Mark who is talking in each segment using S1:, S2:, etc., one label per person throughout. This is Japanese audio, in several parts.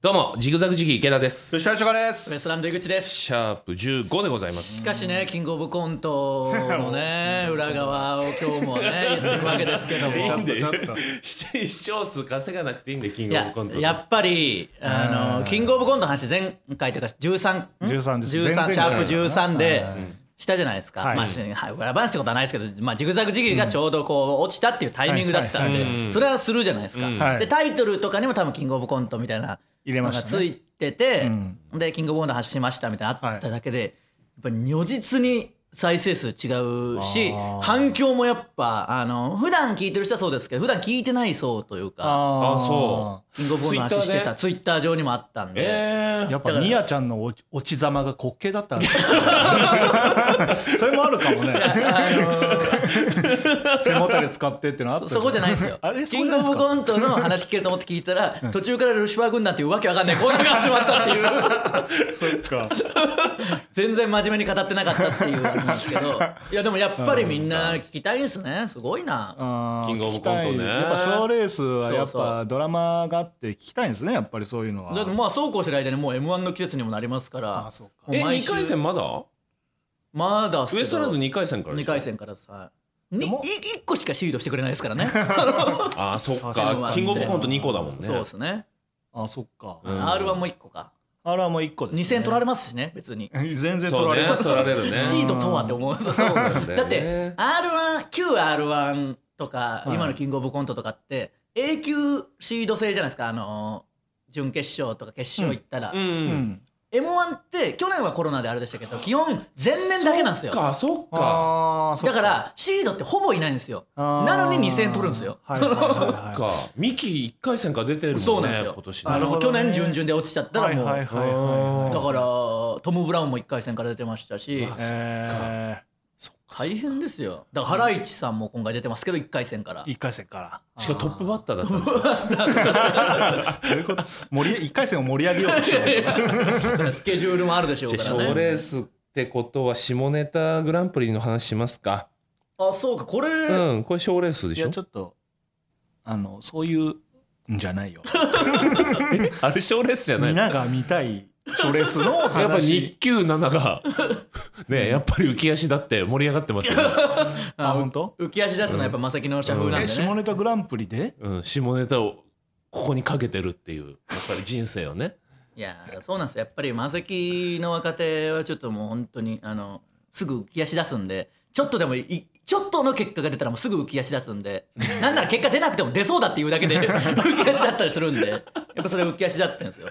S1: どうもジグザグジギー池田です
S2: 吉田翔です
S3: ウエストランド井口です
S1: シャープ15でございます
S3: しかしねキングオブコントの ね裏側を今日もね言ってるわけですけども
S1: いいんで
S2: ちょっと
S1: 視聴数稼がなくていいんでキン
S3: い
S1: グオブ
S3: や
S1: コント
S3: やっぱりあのキングオブコントの話前回というか13ん
S2: 13です前々
S3: 13
S2: 回
S3: シャープ13でしたじゃないですか、
S2: はい
S3: まあはい裏話ってことはないですけど、まあ、ジグザグジギーがちょうどこう落ちたっていうタイミングだったん
S2: はいは
S3: でそれはするじゃないですか、
S2: はい
S3: でタイトルとかにも多分キングオブコントみたいな
S2: 入れま
S3: の
S2: し
S3: が
S2: たね
S3: ついてて、でキングオブコント発しましたみたいなのあっただけで、やっぱり如実に再生数違うし反響もやっぱあの普段聞いてる人はそうですけど普段聞いてない層というか
S2: あ
S1: あそう
S3: キングオブコントの話してたツイッター上にもあったんで、
S1: え
S2: やっぱニアちゃんのお落ちざまが滑稽だったんだ それもあるかもね
S3: あ の
S2: 背もたれ使ってってのあった
S3: そこじゃないですよ
S2: あれ。そ
S3: キ
S2: う
S3: ン
S2: な
S3: グ
S2: ん
S3: オ
S2: です
S3: ブ
S2: か
S3: コントの話聞けると思って聞いたら、途中からルシファー軍団っていうわけわかんないコーナーが始まったっていう、
S2: そっか
S3: 全然真面目に語ってなかったっていうなんですけど、いやでもやっぱりみんな聞きたいんですね。すごいな。
S2: あー
S1: キングオブコントね
S2: 聞きたいやっぱ賞ーレースはやっ
S3: そうそ
S2: ぱドラマがあって聞きたいんですねやっぱりそういうのは
S3: だってまあそうこうしてる間にもう M1 の季節にもなりますから、
S2: あそうか
S3: もう毎
S1: 2
S3: 週
S1: 回戦まだ
S3: まだっす
S1: ウ
S3: け
S1: エ
S3: ど
S1: ストランド2回戦からで
S3: 二
S1: しょ
S3: 回戦からさ、に
S2: でも
S3: 1個しかシードしてくれないですからね。
S1: あーそっ
S2: そう
S3: なん
S1: か
S3: だ
S1: キングオブコント2個だもんね
S3: そうですね。
S2: あそっか、
S1: ん
S3: R1 も1個か。
S2: あれはもう一個です、ね、
S3: 2戦取られますしね、別に。
S2: れ全然
S1: そ
S2: 取
S1: う
S2: ら
S1: ね
S2: れます
S1: 取られるね
S3: シードとはって思うそう
S1: なんだよね
S3: だって R1 旧 R1 とか今のキングオブコントとかって A 級シード制じゃないですかあのー準決勝とか決勝行ったら、
S1: う
S2: うんん
S3: M1 って去年はコロナであれでしたけど基本前年だけなんですよ
S1: そっかそっか
S2: あーそっ
S3: だからシードってほぼいないんですよ
S2: あー
S3: なのに2戦取るんですよ
S2: はいはいはいはい
S1: そっかミキ1回戦から出てる
S3: そ
S1: も
S3: うんなんです
S1: ね
S3: よ
S1: 今年
S3: あ
S1: ね
S3: の
S2: なるほ
S3: 去
S2: どね
S3: 年準々で落ちちゃ ったらもう、
S2: はいはいはいはい
S3: だ
S2: はい
S3: からトム・ブラウンも1回戦から出てましたし
S2: え
S3: 大変ですよだからハライチさんも今回出てますけど1回戦から
S2: ー、一回戦から
S1: しかもトップバッターだったんです よ
S2: どういうこと盛り一回戦を盛り上げよう としてる
S3: スケジュールもあるでしょうか
S1: 賞
S3: らね。
S1: レースってことは下ネタグランプリの話しますか
S3: あ、そうか、これ、
S1: うんこれ賞レースで
S2: い
S1: し
S2: や
S1: ょ
S2: ちょっとあのそういうんじゃないよ
S1: あれ賞レースじゃない
S2: 皆が見たい賞レースの話
S1: やっぱ日給7が ねやっぱり浮き足だって盛り上がってますよね、
S2: あ本当
S3: 浮き足立つのはやっぱ正木の社風なん
S2: え
S3: で
S2: 下
S3: ね。
S2: ネタグランプリで
S1: うん、下ネタをここにかけてるっていうやっぱり人生をね
S3: いや、そうなんですよ。やっぱり正木の若手はちょっともう本当に、あの、すぐ浮き足立つんで、ちょっとでもいい、ちょっとの結果が出たらもうすぐ浮き足立つんで、なんなら結果出なくても出そうだっていうだけで 浮き足だったりするんで、やっぱそれ浮き足立ってんですよ。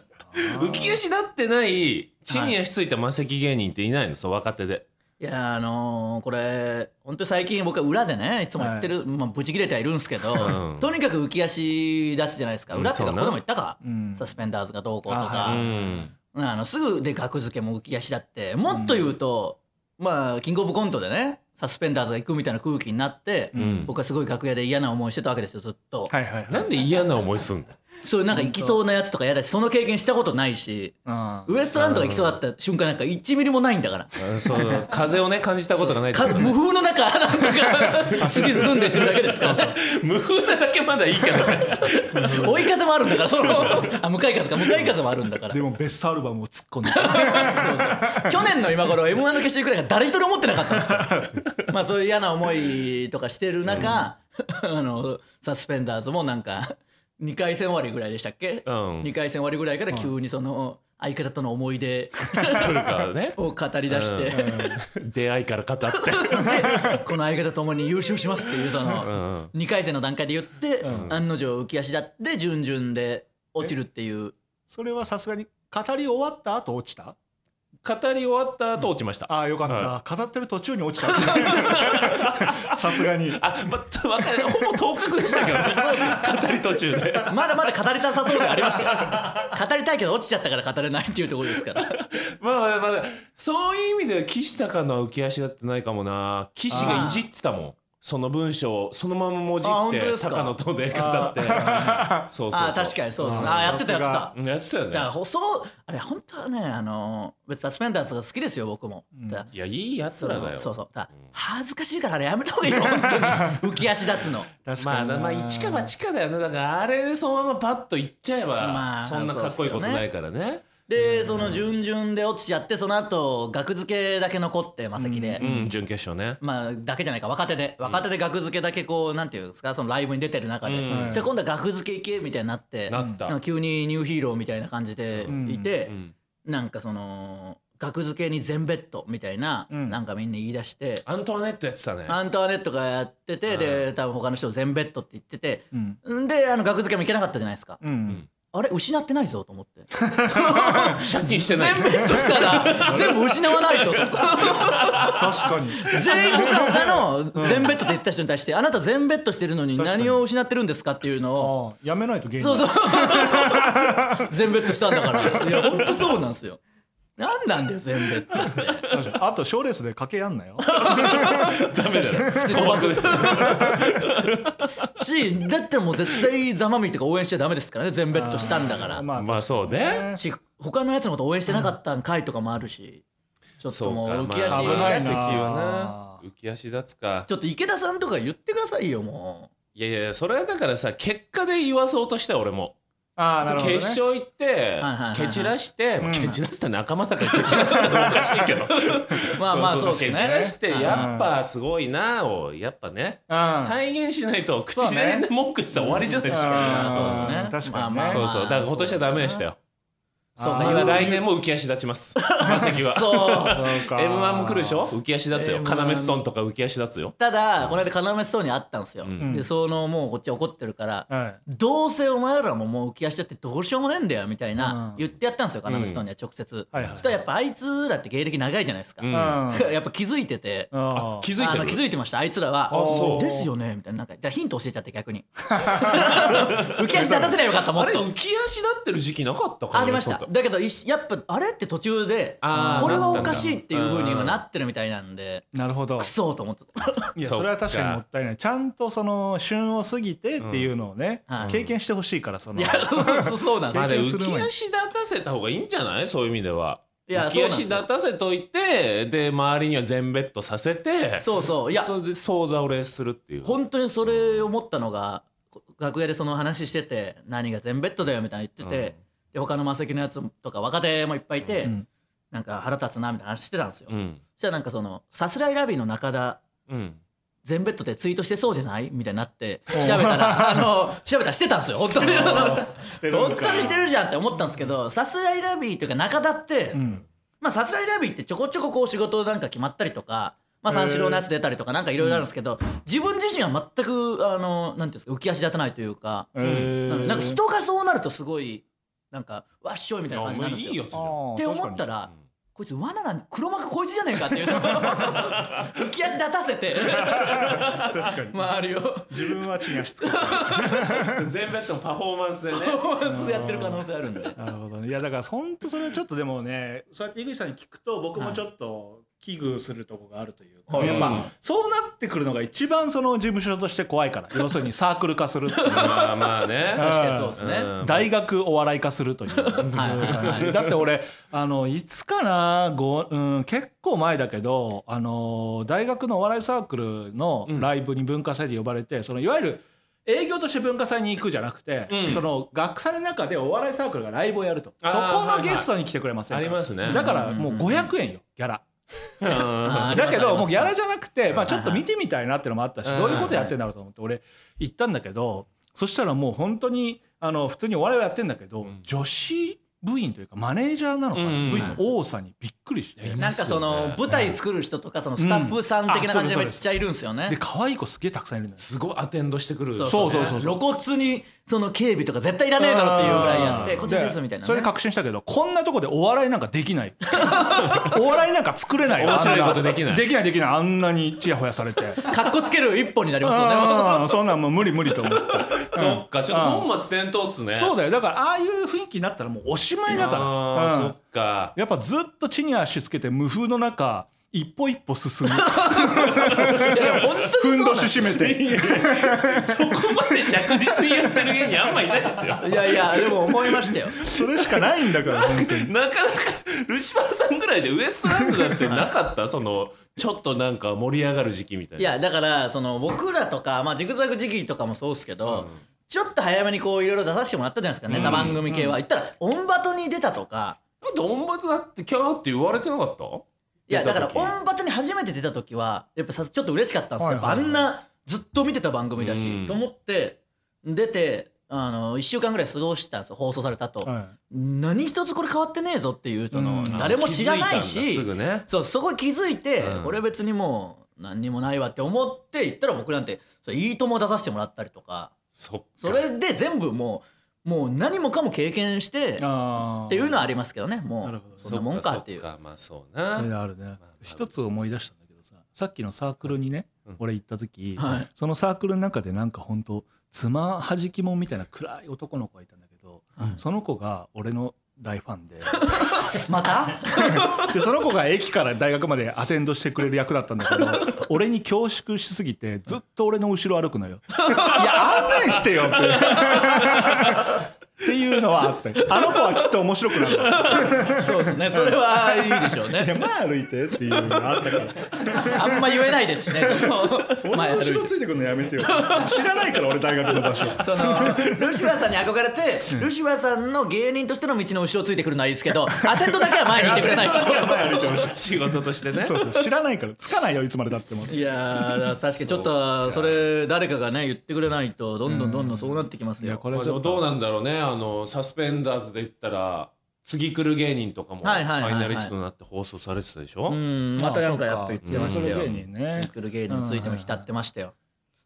S1: 浮き足だってない地に足ついた魔石芸人っていないのそう若手で
S3: いやあのーこれ本当に最近僕は裏でねいつも言ってる、まあブチ切れてはいるんですけど、
S1: ん
S3: とにかく浮き足立つじゃないですか裏っていう
S1: そう
S3: かこ
S1: な
S3: こでも言ったか、
S2: ん
S3: サスペンダーズがどうこうと
S2: あ
S3: か
S2: は
S3: あ
S2: い、
S1: うん
S3: のすぐで額付けも浮き足立ってもっと言うと、まあキングオブコントでねサスペンダーズが行くみたいな空気になって、
S1: ん
S3: 僕はすごい楽屋で嫌な思いしてたわけですよずっと、
S2: はいはい
S1: なんで嫌な思いすんの
S3: そういうなんか行きそうなやつとか嫌だしその経験したことないし、
S2: あ
S3: ウエストランドが行きそうだった瞬間なんか1ミリもないんだから。
S1: あそう風をね感じたことがない
S3: か無風の中なんとか次進んでいってるだけですからね
S1: 無風なだけまだいいけどね
S3: 追い風もあるんだからそのあ向かい風か向かい風もあるんだから
S2: でもベストアルバムを突っ込んで
S3: 去年の今頃 m 1の決勝行くらいが誰一人思ってなかったんですからまあそういう嫌な思いとかしてる中、 あのサスペンダーズもなんか2回戦終わりぐらいでしたっけ、
S1: うん
S3: 2回戦終わりぐらいから急にその相方との思い出
S1: 来るからね
S3: を語り出して、
S1: 出会いから 語って
S3: でこの相方ともに優勝しますっていうその2回戦の段階で言って案の定浮き足立って準々で落ちるっていう
S2: それはさすがに語り終わった後落ちた
S1: 語り終わった後落ちました、
S2: ああよかった語ってる途中に落ちた さすがに
S1: あ、ま、たわかんないほぼ当確でしたけど、ね、語り途中で
S3: まだまだ語りたさそうではありましたよ 語りたいけど落ちちゃったから語れないっていうところですから
S1: まあまあまあそういう意味では岸高のは浮き足だってないかもな岸がいじってたもんその文章をそのままもじ
S3: あ本
S1: っ
S3: 当で
S1: て
S3: すか
S1: 高野とで語ってそうそうそう
S3: あ確かにそうですね
S4: あ
S3: あやってたやって
S4: さすが
S3: た
S1: にやってたよ
S3: だから
S1: ね
S3: ほそうあれ本当はねあの別にサスペンダーズが好きですよ僕も、ただ
S1: いやいいやつらだよ
S3: そうそうだから恥ずかしいからあれやめた方がいいよ本 当に浮き足立つの
S4: 確
S1: ま
S4: か
S1: あ
S4: に
S1: ま
S4: な
S1: あ一か八かだよねだからあれでそのままパッといっちゃえ
S3: ま
S1: ば
S3: あ
S1: そんなかっこいいことないからね
S3: でその準々で落ちちゃってその後額付けだけ残ってマセキで、
S1: うん準決勝ね
S3: まあだけじゃないか若手で若手で額付けだけこうなんていうんですかそのライブに出てる中で、
S1: う
S3: じゃあ今度は額付け行けみたいになって
S1: なった
S3: なんか急にニューヒーローみたいな感じでいて、
S1: うん
S3: なんかその額付けに全ベッドみたいな、
S4: うん
S3: なんかみんな言い出して。
S1: アントワネットやってたね
S3: アントワネットがやってて、で多分他の人全ベッドって言ってて、
S4: うん
S3: んであの額付けも行けなかったじゃないですか、
S4: うん
S3: あれ失ってないぞと思って
S1: 借金してない
S3: 全ベッドした ら全部失わないとと
S4: 確 かに
S3: 全部他の全ベッドって言った人に対してあなた全ベッドしてるのに
S4: 確かに
S3: 何を失ってるんですかっていうのを
S4: ああやめないと芸人
S3: そうそう 全ベッドしたんだからいやほんとそうなんですよなんなんだよ全ベッドって
S4: 確かにあと賞レースで賭けやんなよ
S1: ダメだよ賭博です
S3: しだったらもう絶対ざまみとか応援しちゃダメですからね 全ベッドしたんだから
S4: まあ
S1: まあそうね
S3: し他のやつのこと応援してなかったんかいとかもあるしちょっともう浮き足
S4: まあ危ないな
S1: はな浮き足立つか
S3: ちょっと池田さんとか言ってくださいよも
S1: いやいやそれはだからさ結果で言わそうとした俺も
S4: ああなるほど、ね、
S1: 決勝行って
S3: はいはいはい
S1: 蹴散らして
S4: うん
S1: 蹴散らした仲間だから蹴散らしたらおかしいけど
S3: う まあまあそうです
S1: 蹴
S3: ね
S1: 散らして
S3: うん
S1: やっぱすごいなをやっぱね
S4: うん
S1: 体現しないと口
S4: そうね
S1: で文句したら終わりじゃないです
S4: うん
S1: か
S3: まあそうですね
S4: 確かにね
S3: まあまあ
S1: そうそうだから今年はダメでしたよ
S3: そう
S4: あ
S3: か
S1: ま
S4: ー
S1: だ
S3: 今
S1: 来年も浮き足立ち ます満席は
S3: そう
S4: そうか
S1: m 1も来るでしょ浮き足立つよ
S3: M1
S1: 要ストーンとか浮き足立つよ
S3: ただこの間要ストーンに会ったんですよ、
S1: ん
S3: でそのもうこっちは怒ってるから、
S4: はい
S3: どうせお前らももう浮き足立ってどうしようもねえんだよみたいな
S4: うん
S3: 言ってやったんですよ要ストーンには直接、
S4: はいはい
S3: そしたらやっぱあいつらって芸歴長いじゃないですか、
S1: うん
S4: うん
S3: やっぱ気づいてて、
S4: あ
S1: 気づ
S3: あの
S1: い
S3: 気
S1: て
S3: づ
S1: る
S3: いてましたあいつらは
S1: あそう
S3: ですよね」みたいななんかだからヒント教えちゃって逆に浮き足立たせりゃよかったも
S1: あ
S3: っ
S1: れ
S3: と
S1: 浮き足立ってる時期なかったか
S3: ありましただけどいしやっぱあれって途中で
S1: あー
S3: これはおかしいっていうふうに今なってるみたいなんで
S4: なるほど
S3: クソと思ってた
S4: いやそれは確かにもったいないちゃんとその旬を過ぎてっていうのをね、
S3: うんはい
S4: 経験してほしいからその
S3: いやそう そうなんです
S1: ま
S3: よ
S1: あ
S4: 経
S1: で
S4: 験
S1: 浮
S4: する
S1: き
S4: 前に
S1: 足立たせた方がいいんじゃないそういう意味では。
S3: いや
S1: 浮き足
S3: そうなん
S1: 立たせといてで周りには全ベッドさせて
S3: そうそういや
S1: それで総倒れするっていう。
S3: 本当にそれ思ったのがこ楽屋でその話してて何が全ベッドだよみたいな言ってて、で他のマセキのやつとか若手もいっぱいいて、なんか腹立つなみたいな話してたんですよ、
S1: うん
S3: そしたらなんかそのさすらいラビーの中田
S1: うん
S3: 全ベッドでツイートしてそうじゃないみたいになって調べた らあの調べたらしてたんですよ本当に
S4: してるんか
S3: 本当にしてるじゃんって思ったんですけどさすらいラビーというか中田って、
S4: うん
S3: まあさすらいラビーってちょこちょここう仕事なんか決まったりとか、まあ、三四郎のやつ出たりとかなんかいろいろあるんですけど、自分自身は全くあのなんていうんですか浮き足立たないというか、
S4: へー
S3: なんかなんか人がそうなるとすごいなんかわっしょいみ
S1: い
S3: たい
S1: や
S3: な
S1: お
S3: 感じにな
S1: 前い
S3: るんです
S1: いや
S3: よ。
S1: つじ
S4: あ
S1: ゃん。
S4: ー
S3: って思ったら、こいつ罠なん黒幕こいつじゃねえかっていうその浮き足立たせて
S4: 確かに確かに
S3: 周りを
S4: 自分は血がしつく
S1: 全ベッドのパフォーマンスでね。
S3: パフォーマンスでやってる可能性あるんで。
S4: なるほどねいやだから本当それはちょっとでもねそうやって井口さんに聞くと僕もちょっと危惧するとこがあるというか、
S3: はい
S4: やっぱそうなってくるのが一番その事務所として怖いから要するにサークル化するっていう
S1: まあまあね。
S3: 確かにそうですね。
S1: うん
S4: 大学お笑い化すると いう感じだって俺あのいつかな、ごうん、結構前だけどあの大学のお笑いサークルのライブに文化祭で呼ばれて、そのいわゆる営業として文化祭に行くじゃなくて、
S1: うん
S4: その学祭の中でお笑いサークルがライブをやるとそ
S1: あー
S4: こ
S1: はい
S4: の
S1: はい
S4: ゲストに来てくれませんか
S1: ありますね
S4: だからもう500円よギャラ。
S1: うん
S3: あー
S4: だけどもうギャ
S3: あ
S4: ラじゃなくて、まあ、
S3: ん
S4: ちょっと見てみたいなってのもあったし、
S1: うん
S4: どういうことやってんだろうと思って俺行ったんだけどそしたらもう本当にあの普通にお笑いをやってんだけど、
S1: ん
S4: 女子部員というかマネージャーなのかな、
S1: うん
S4: 部員の多さにびっくりして、
S1: うん
S3: りますねなんかそ
S1: いますよ
S3: の
S1: ね
S3: 舞台作る人とかそのスタッフさん的な感じでめっちゃいるんですよね
S4: で。可愛い子すげえたくさんいるんだよ
S1: すごいアテンドしてくる。
S4: そうそうそう
S3: 露骨にその警備とか絶対いらねえだろっていうぐらいやって
S4: うん
S3: こっちですみたいなね。
S4: それで確信したけどこんなとこでお笑いなんかできない お笑いなんか作れないよ
S1: 面白い
S4: あん
S1: ことできない
S4: できないできないあんなにチヤホヤされて う
S3: かっこつける一本になりますよね。
S4: んそんなんもう無理無理と思って
S1: そっかちょっと本末転倒っすね。
S4: そうだよだからああいう雰囲気になったらもうおしまいだから、
S1: あー
S4: うん
S1: そっか。
S4: やっぱずっと地に足つけて無風の中一歩一歩進む
S2: ふんどし締めて
S1: そこまで着実にやってる芸人あんまいないですよ
S3: いやいやでも思いましたよ
S2: それしかないんだ から本当に
S1: なかなかルシファーさんぐらいじゃウエストランドだってなかったそのちょっとなんか盛り上がる時期みたいない
S3: やだからその僕らとか、まあ、ジグザグ時期とかもそうですけど、ちょっと早めにこういろいろ出させてもらったじゃないですかネタ番組系は、言ったらオンバトに出たとか
S1: だってオンバトだってキャーって言われてなかった
S3: いやだから
S1: 出た時
S3: オンバトに初めて出た時はやっぱさちょっと嬉しかったんです
S2: はい
S3: よ、
S2: はいはい
S3: やっぱあんなずっと見てた番組だし、
S1: うん
S3: と思って出てあの1週間ぐらい過ごしたんですよ放送されたと、
S2: は
S3: 何一つこれ変わってねえぞっていうその、
S2: うん
S3: 誰も知らないし
S1: 気づいたんだすぐね
S3: そうそこに気づいて、
S1: うん
S3: 俺別にもう何にもないわって思って行ったら僕なんて「そういいとも」出させてもらったりとか
S1: そっか
S3: それで全部もうもう何もかも経験してっ
S4: あー
S3: ていうのはありますけどねも
S4: なる
S3: う
S4: ほど
S3: そんなもんかっていう
S1: そっかまあそう
S4: それ
S1: な
S4: あるね
S1: まあ
S4: 一つ思い出したんだけどささっきのサークルにね
S1: うん
S4: 俺行った時
S3: はい
S4: そのサークルの中でなんかほんとつまはじきもんみたいな暗い男の子がいたんだけど
S3: はい
S4: その子が俺の大ファンで
S3: また
S4: でその子が駅から大学までアテンドしてくれる役だったんだけど俺に恐縮しすぎてずっと俺の後ろ歩くのよ。
S2: いや案内してよって
S4: っていうのはあってあの子はきっと面白くなるわ
S3: そうですねそれはいいでしょう
S2: いや
S3: ね
S2: 前歩いてっていうのがあったから
S3: あんま言えないですしねその前
S2: 俺の
S3: 歩
S2: 後ろ
S3: いて
S2: ついてくるのやめてよ知らないから俺大学の場所
S3: そ のルシファーさんに憧れてルシファーさんの芸人としての道の後ろをついてくるのはいいですけ どアテンドだけは前に行ってくれないと。
S2: 前歩いてほしい
S1: 仕事としてね
S2: そうそう知らないからつかないよいつまでたっても
S3: いやー確かにちょっとそれ誰かがね言ってくれないとどんどんどんどんそうなってきます
S4: いや
S3: よ。
S4: これ
S1: ま
S4: は
S1: あ
S4: ち
S1: で
S4: ょ
S1: も
S4: っと
S1: どうなんだろうねあのサスペンダーズで言ったら次来る芸人とかもフ
S3: はいはいはいは
S1: ァ
S3: い
S1: イナリストになって放送されてたでしょ、
S3: うんまたなんかやっぱ言ってましたよ。
S4: うん芸人ね
S3: シンクル芸人についても浸ってましたよ。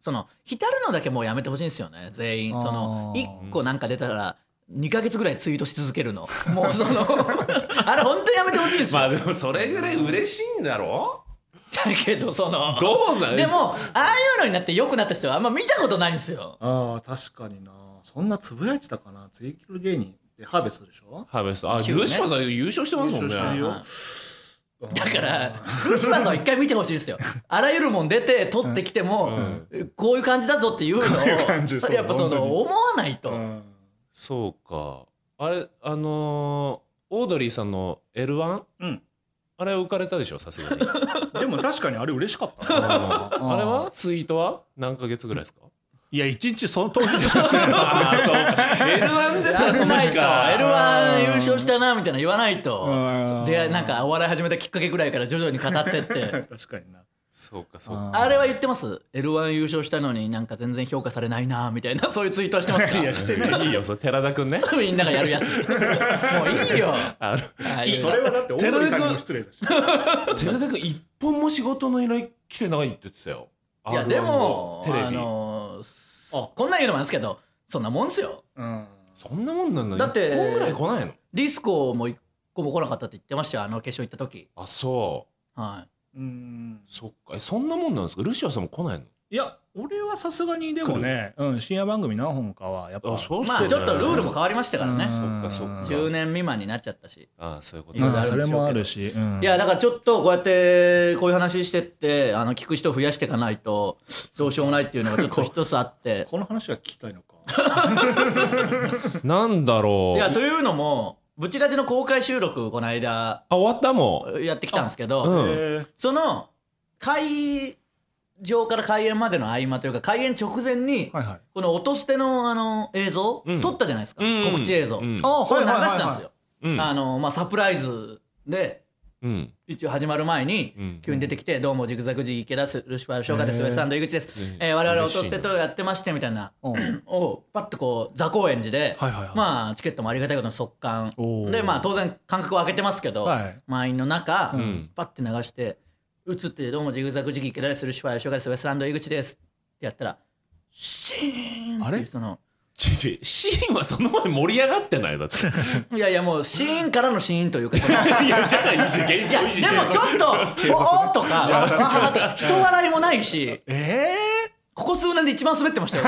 S3: その浸るのだけもうやめてほしいんですよね全員
S4: あー
S3: その1個なんか出たら2ヶ月ぐらいツイートし続けるのもうそ のあれ本当にやめてほしいんですよ、
S1: まあでもそれぐらい嬉しいんだろ
S3: だけどその
S1: どうなん
S3: でもああいうのになって良くなった人はあんま見たことないんですよ
S4: ああ確かになそんなつぶやいてたかなツイキュル芸人でハーベストでしょ
S1: ハーベストあ、
S3: 旧ね
S1: ルシファーさん優勝してますもんね
S2: 優勝してるよ
S3: だからルシファーさんは一回見てほしい ですよあらゆるもん出て撮ってきても、こういう感じだぞっていうのを
S2: こういう感じそう
S3: やっぱそ
S2: 本当に
S3: の思わないと、
S2: うん
S1: そうかあれあのー、オードリーさんの L1、
S4: うん
S1: あれ浮かれたでしょさす がにあ
S4: でも確かにあれ嬉しかった
S1: れはツイートは何ヶ月ぐらいですか
S4: いや一日その当日しかしてないさ
S1: あそう L1 で
S3: 出さないと L1 優勝したなみたいなの言わない
S2: うん
S3: とでなんかお笑い始めたきっかけぐらいから徐々に語ってって
S4: 確かにな
S1: そうかそうか
S3: あれは言ってます L1 優勝したのになんか全然評価されないなみたいなそういうツイートはしてま すか
S4: いやしてない
S1: いいよそれ寺田くんね
S3: みんながやるやつもういいよ
S1: あ
S3: ああいう
S2: それはだって大森さんにも失礼だし
S1: の寺田くん一本も仕事の依頼来てないって言ってたよ
S3: いや
S1: R1
S3: でも
S1: テレビ、
S3: あのあこんなん言うのもなんですけどそんなもんっすよ
S2: うん
S1: そんなもんなんだ
S3: だって
S1: 一本ぐらい来ないの
S3: ディスコも一個も来なかったって言ってましたよあの決勝行った時
S1: あそ
S3: は
S2: うん
S1: うそっかえそんなもんなんですかルシファーさんも来ない
S4: いや俺はさすがにでもね、うん、深夜番組何本かはやっ
S1: の
S4: ぱ
S1: あそうっ
S3: い
S1: すよね
S3: まあちょっとルールも変わりましたからね
S4: うん
S1: そっかそっか
S3: 10年未満になっちゃったし
S1: あそういうこと
S4: う
S3: い
S4: ん
S3: ろいろある
S4: それもあるし、うん、
S3: いやだからちょっとこうやってこういう話してってあの聞く人増やしていかないとどうしようもないっていうのがちょっと一つあって
S2: この話は聞きたいのか
S1: なんだろ
S3: いうやというのもブチラジの公開収録この間
S1: あ終わったも
S3: やってきたんですけど、
S1: んうん、
S2: えー
S3: その会場から開演までの合間というか開演直前に
S4: はいはい
S3: この音捨てのあの映像
S1: うん
S3: 撮ったじゃないですか
S1: うん
S3: 告知映像
S1: うん
S3: あこれ流
S2: はい
S3: した
S2: はいはい
S3: んですよ
S1: うん
S3: あのまあサプライズで
S1: うん
S3: 一応始まる前に
S1: うん
S3: 急に出てきて「どうもジグザグジギー池田すルシファー翔歌ですウエストランド井口です
S1: ね
S3: えー我々
S1: 嬉
S3: 音
S1: しいな
S3: 捨てとやってまして」みたいな
S4: うん
S3: をパッとこう座高円寺で
S4: はいはいはい
S3: まあチケットもありがたいことに速乾
S4: おー
S3: でまあ当然間隔を空けてますけど
S4: はい
S3: 満員の中
S1: ん
S3: パッて流して映って「どうもジグザグジギー池田ですルシファー翔歌ですウエストランド井口です」ってやったらシーン
S4: あ
S3: ってい
S4: れ
S3: うその
S1: ちちシーンはその前盛り上がってないだって
S3: いやいやもうシーンからのシーンというかその
S1: いやじゃあ現
S3: いや
S1: 状維持
S3: でもちょっと「おお」とか「わはは」とか人笑いもないし
S4: え
S3: ここ数年で一番滑ってましたよ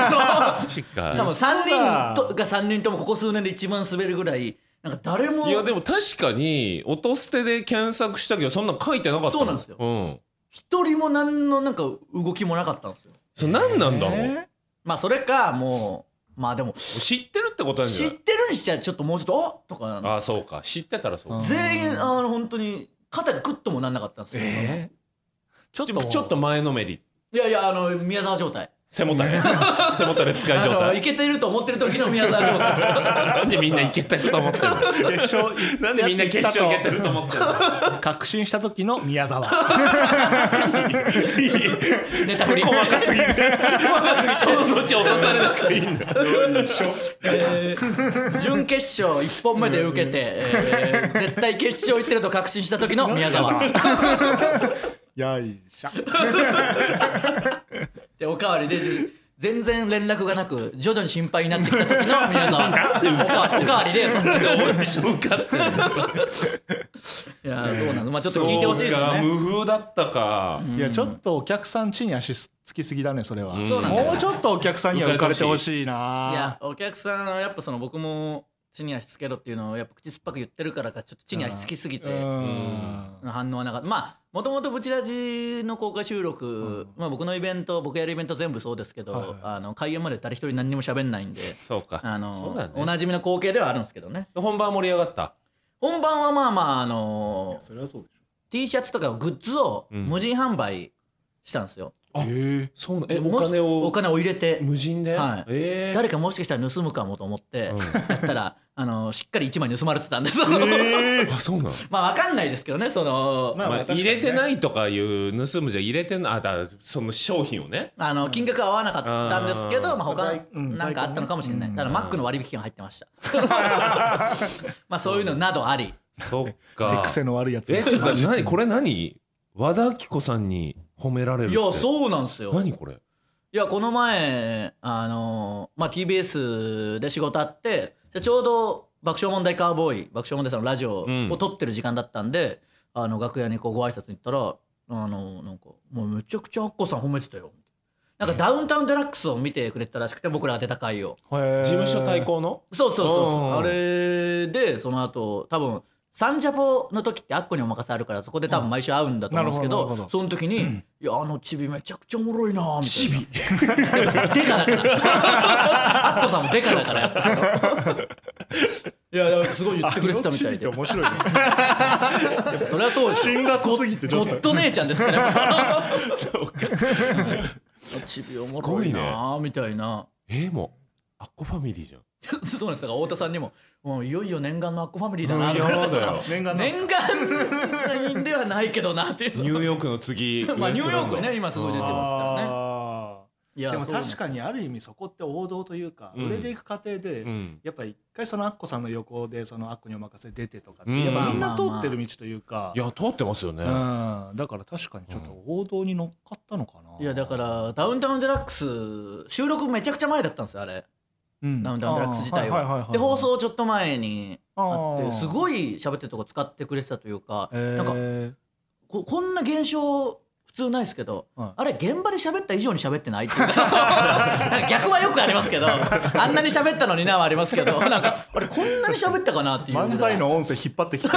S3: 多
S1: しか
S3: 分3人とが3人ともここ数年で一番滑るぐらいなんか誰も
S1: いやでも確かに音捨てで検索したけどそんなん書いてなかったも
S3: そうなんですよ
S1: うん
S3: 一人も何のなんか動きもなかったんですよ
S1: それ何なんだろう、
S3: まあそれかもうまあでも
S1: 知ってるってことなんじ
S3: 知
S1: ゃな
S3: っ
S1: い
S3: てるにしちゃちょっともうちょっと「おとか
S1: ああそうか知ってたらそうか、
S3: 全員あの本当に肩がグッともなんなかったんですよ、
S4: ちょっ
S1: で
S4: と
S1: もちょっと前のめり
S3: いやいやあの宮沢状態
S1: 背もたれ背もたれ使い状
S3: あのい
S1: 態
S3: けてると思ってる時の宮沢状態 です
S1: なんでみんなイケてると思 ってる
S4: 決勝行った
S1: なんでみんな決勝いけてると思ってる
S4: 確信した時の宮沢
S3: ネタ振り
S1: 細かす ぎてその後落とされなくていいんだ
S3: えー準決勝1本目で受けて、えー絶対決勝行ってると確信した時の宮沢
S4: やいしゃ
S3: でおかわりで全然連絡がなく徐々に心配になってきた時の宮沢おかおかわりでそのい
S1: オーディション受かってる
S3: やそうなんですまあちょっと聞いてほしいです
S1: そうか
S3: ね
S1: 無風だったか
S4: いやちょっとお客さん地に足つきすぎだねそれは、
S1: そうなん
S3: ですよ
S4: もうちょっとお客さんには浮かれてほしい
S3: いや
S4: な
S3: お客さんやっぱその僕も地に足つけろっていうのをやっぱ口酸っぱく言ってるからかちょっと地に足つきすぎて
S4: うん、
S3: 反応はなかったまあもともとブチラジの公開収録、まあ、僕のイベント僕やるイベント全部そうですけど、あの開演まで誰一人何にも喋んないんで
S1: そうか
S3: あの
S1: そうだね
S3: おなじみの光景ではあるんですけどね
S1: 本番盛り上がった
S3: 本番はまあまああの
S4: それはそうでし
S3: T シャツとかグッズを
S1: ん
S3: 無人販売したんですよ、
S4: ょえ
S1: そうなえ
S3: も
S1: お
S3: し
S1: 金を
S3: お金を入れて
S1: 無人で、
S3: はい
S1: え
S3: 誰かもしかしたら盗むかもと思って、やったらあのしっかり1枚盗まれてたんです、
S1: えあそうなの
S3: まあわかんないですけどねその、
S1: まあ
S4: まあ確かに
S1: 入
S4: ね
S1: れてないとかいう盗むじゃ入れてなあだその商品をね
S3: あの金額は合わなかったんですけど、まあ、他
S4: 在うん
S3: なんかあったのかもしれない、ただマックの割引券入ってましたまあそういうのなどあり
S1: そっ
S4: 手
S1: か
S4: 癖の悪いやつ
S1: えちょ っと待って何これ何和田アキ子さんに褒められるっ
S3: い
S1: て
S3: やそうなんですよ
S1: 何これ
S3: いやこの前あの、まあ、TBS で仕事あってでちょうど爆笑問題カーボーイ爆笑問題さんのラジオ
S1: うん
S3: を撮ってる時間だったんで、あの楽屋にこうご挨拶に行ったらあのなんか「もうめちゃくちゃアッコさん褒めてたよ」なんかダウンタウンデラックスを見てくれてたらしくて僕らが出た回を
S4: 事
S1: 事務所対抗の
S3: そうそうそう
S1: う
S3: そ
S1: ん
S3: うあれでその後多分サンジャポの時ってアッコにお任せあるからそこで多分毎週会うんだと思うんですけ
S4: うんなるほどなる
S3: ど
S4: ほど
S3: その時 に「いやあのチビめちゃくちゃおもろいな」みたいなチビデカだからアッコさんもデカだからやっぱいやいやすごい言ってくれてたみたいで
S4: 面白いね
S3: それはそうです
S4: 辛辣すぎてち
S3: ゴ
S4: ょっと
S3: ッド姉ちゃんですからやっぱチビおもろいなみたいな
S1: えーもうアッコファミリーじゃん
S3: そうなんですだから太田さんにももういよいよ念願のアッコファミリーだな
S1: うんい
S3: と
S1: や
S3: か言われ
S1: だ
S3: て
S1: よ
S4: 念願なんすか
S3: 念願ではないけどなっていう
S1: ニューヨークの次
S3: まあ
S1: ウエ
S3: ニ
S1: スト
S3: ュー
S1: ラ
S3: ヨ
S1: ン
S3: ー
S1: ド
S3: クね今すごい出てますからね
S4: あ
S3: い
S4: ー
S3: や
S4: でも確
S3: に
S4: かにある意味そこって王道というか、
S1: うん
S4: 売れていく過程で、
S1: うん
S4: やっぱ一回そのアッコさんの横でそのアッコにお任せ出てとかって、
S1: うん
S4: やっぱみんな通ってる道というか、
S1: いや通ってますよね、
S4: うん、だから確かにちょっと王道に乗っかったのかな、
S3: いやだからダウンタウンデラックス収録めちゃくちゃ前だったんですよあれ
S4: うん
S3: ダウンタウンデラックス自体
S4: あーはいはいはい
S3: は
S4: はい
S3: で放送ちょっと前にあっ
S4: あ
S3: て
S4: ー
S3: すごい喋ってるとこ使ってくれてたというか
S4: えー
S3: なんかここんな現象普通ないですけど、
S4: はい
S3: あれ現場で喋った以上に喋ってないっていうか なんか逆はよくありますけどあんなに喋ったのになはありますけどなんかあれこんなに喋ったかなっていうぐらい
S5: 漫才の音声引っ張ってきて